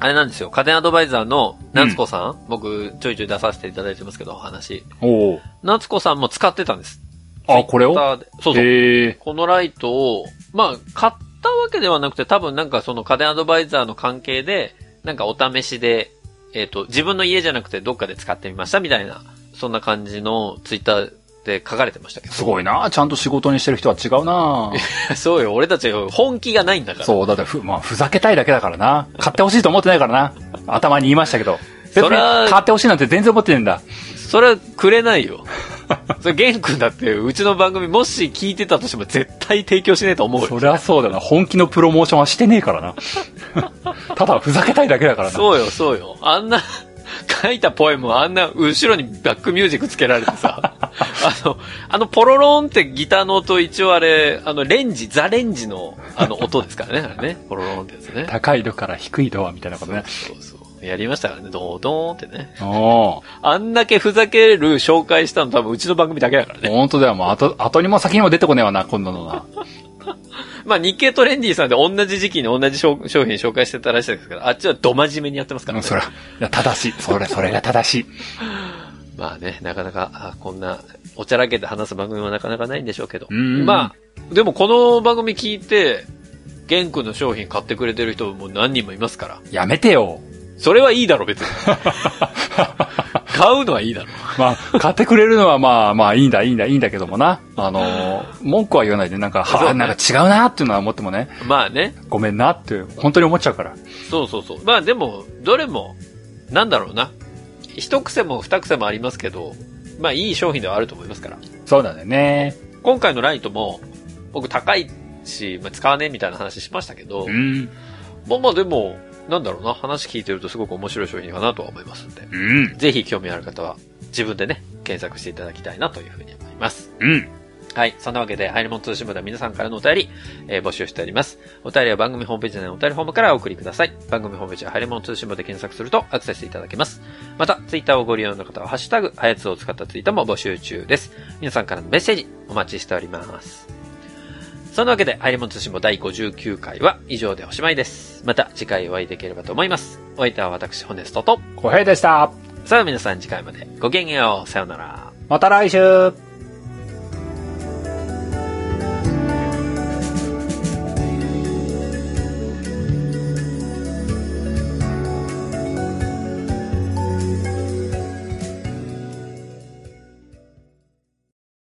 A: あれなんですよ、家電アドバイザーの夏子さん、僕、ちょいちょい出させていただいてますけど、お話。
B: おお。
A: 夏子さんも使ってたんです。
B: あ、これを
A: Twitter でそうそう。
B: へえ。
A: このライトを、まあ、買ったわけではなくて、多分なんかその家電アドバイザーの関係で、なんかお試しで、えっ、と、自分の家じゃなくてどっかで使ってみましたみたいな、そんな感じのツイッターで書かれてましたけど。
B: すごいなーちゃんと仕事にしてる人は違う
A: [LAUGHS]
B: なー
A: そうよ、俺たちは本気がないんだから。
B: そう、だってふ、まあ、ふざけたいだけだからな。買ってほしいと思ってないからな。頭に言いましたけど。別
A: そ
B: に
A: りゃ
B: 買ってほしいなんて全然思ってねえんだ。
A: それはくれないよ。 [LAUGHS] それ、玄君だって、うちの番組もし聞いてたとしても絶対提供しねえと思う
B: そ
A: よ。
B: りゃそうだよな。本気のプロモーションはしてねえか
A: [LAUGHS]
B: らな。ただ、ふざけたいだけだからな。
A: そうよ、そうよ。あんな、 [LAUGHS] 書いたポエムをあんな後ろにバックミュージックつけられて
B: [LAUGHS]
A: さ、あの、あのポロロンってギターの音一応あれ、あのレンジ、ザレンジのあの音ですからね、あれね、ポロロンってやつね。
B: 高い度から低い度は、みたいなことね。
A: そうそう。やりましたからね、ドードーンってね。
B: おー
A: あんだけふざける紹介したの多分うちの番組だけだからね。
B: 本当だよ。もう、あと、後にも先にも出てこねえわな、今度のな。
A: まあ日経トレンディさんで同じ時期に同じ商商品紹介してたらしいですけど、あっちはど真面目にやってますか
B: う
A: ら
B: ん、
A: ね。
B: それは、いや正しい。それ、それが正しい。
A: まあね、なかなか、あこんな、おちゃらけて話す番組はなかなかないんでしょうけど。
B: うん
A: まあ、でもこの番組聞いて、玄君の商品買ってくれてる人も何人もいますから。
B: やめてよ。
A: それはいいだろ、
B: [LAUGHS]
A: 別に。買うのはいいだろ。
B: まあ、買ってくれるのはまあまあいいんだ、いいんだ、いいんだけどもな。あのー、文句は言わないで、なんか、
A: そう
B: は
A: ね
B: あ、なんか違うなっていうのは思ってもね、
A: まあね、
B: ごめんなって、本当に思っちゃうから。
A: そうそうそう。まあでも、どれも、なんだろうな。一癖も二癖もありますけど、まあいい商品ではあると思いますから。
B: そうなんだよね。
A: 今回のライトも、僕高いし、まあ、使わねえみたいな話しましたけど
B: う、ん、
A: まあまあでも、なんだろうな、話聞いてるとすごく面白い商品かなとは思いますんで、
B: うん、
A: ぜひ興味ある方は自分でね、検索していただきたいなというふうに思います。
B: うん。
A: はい。そんなわけで、入り物通信部では皆さんからのお便り、えー募集しております。お便りは番組ホームページ内のお便りフォームからお送りください。番組ホームページは入り物通信部で検索するとアクセスいただけます。また、ツイッターをご利用の方は、ハッシュタグ、はやつを使ったツイートも募集中です。皆さんからのメッセージ、お待ちしております。そんなわけで、入り物通信部第59回は以上でおしまいです。また次回お会いできればと思います。お相手は私、ホネストと。
B: 小平でした。
A: さあ皆さん次回までごきげんよう。さようなら。
B: また来週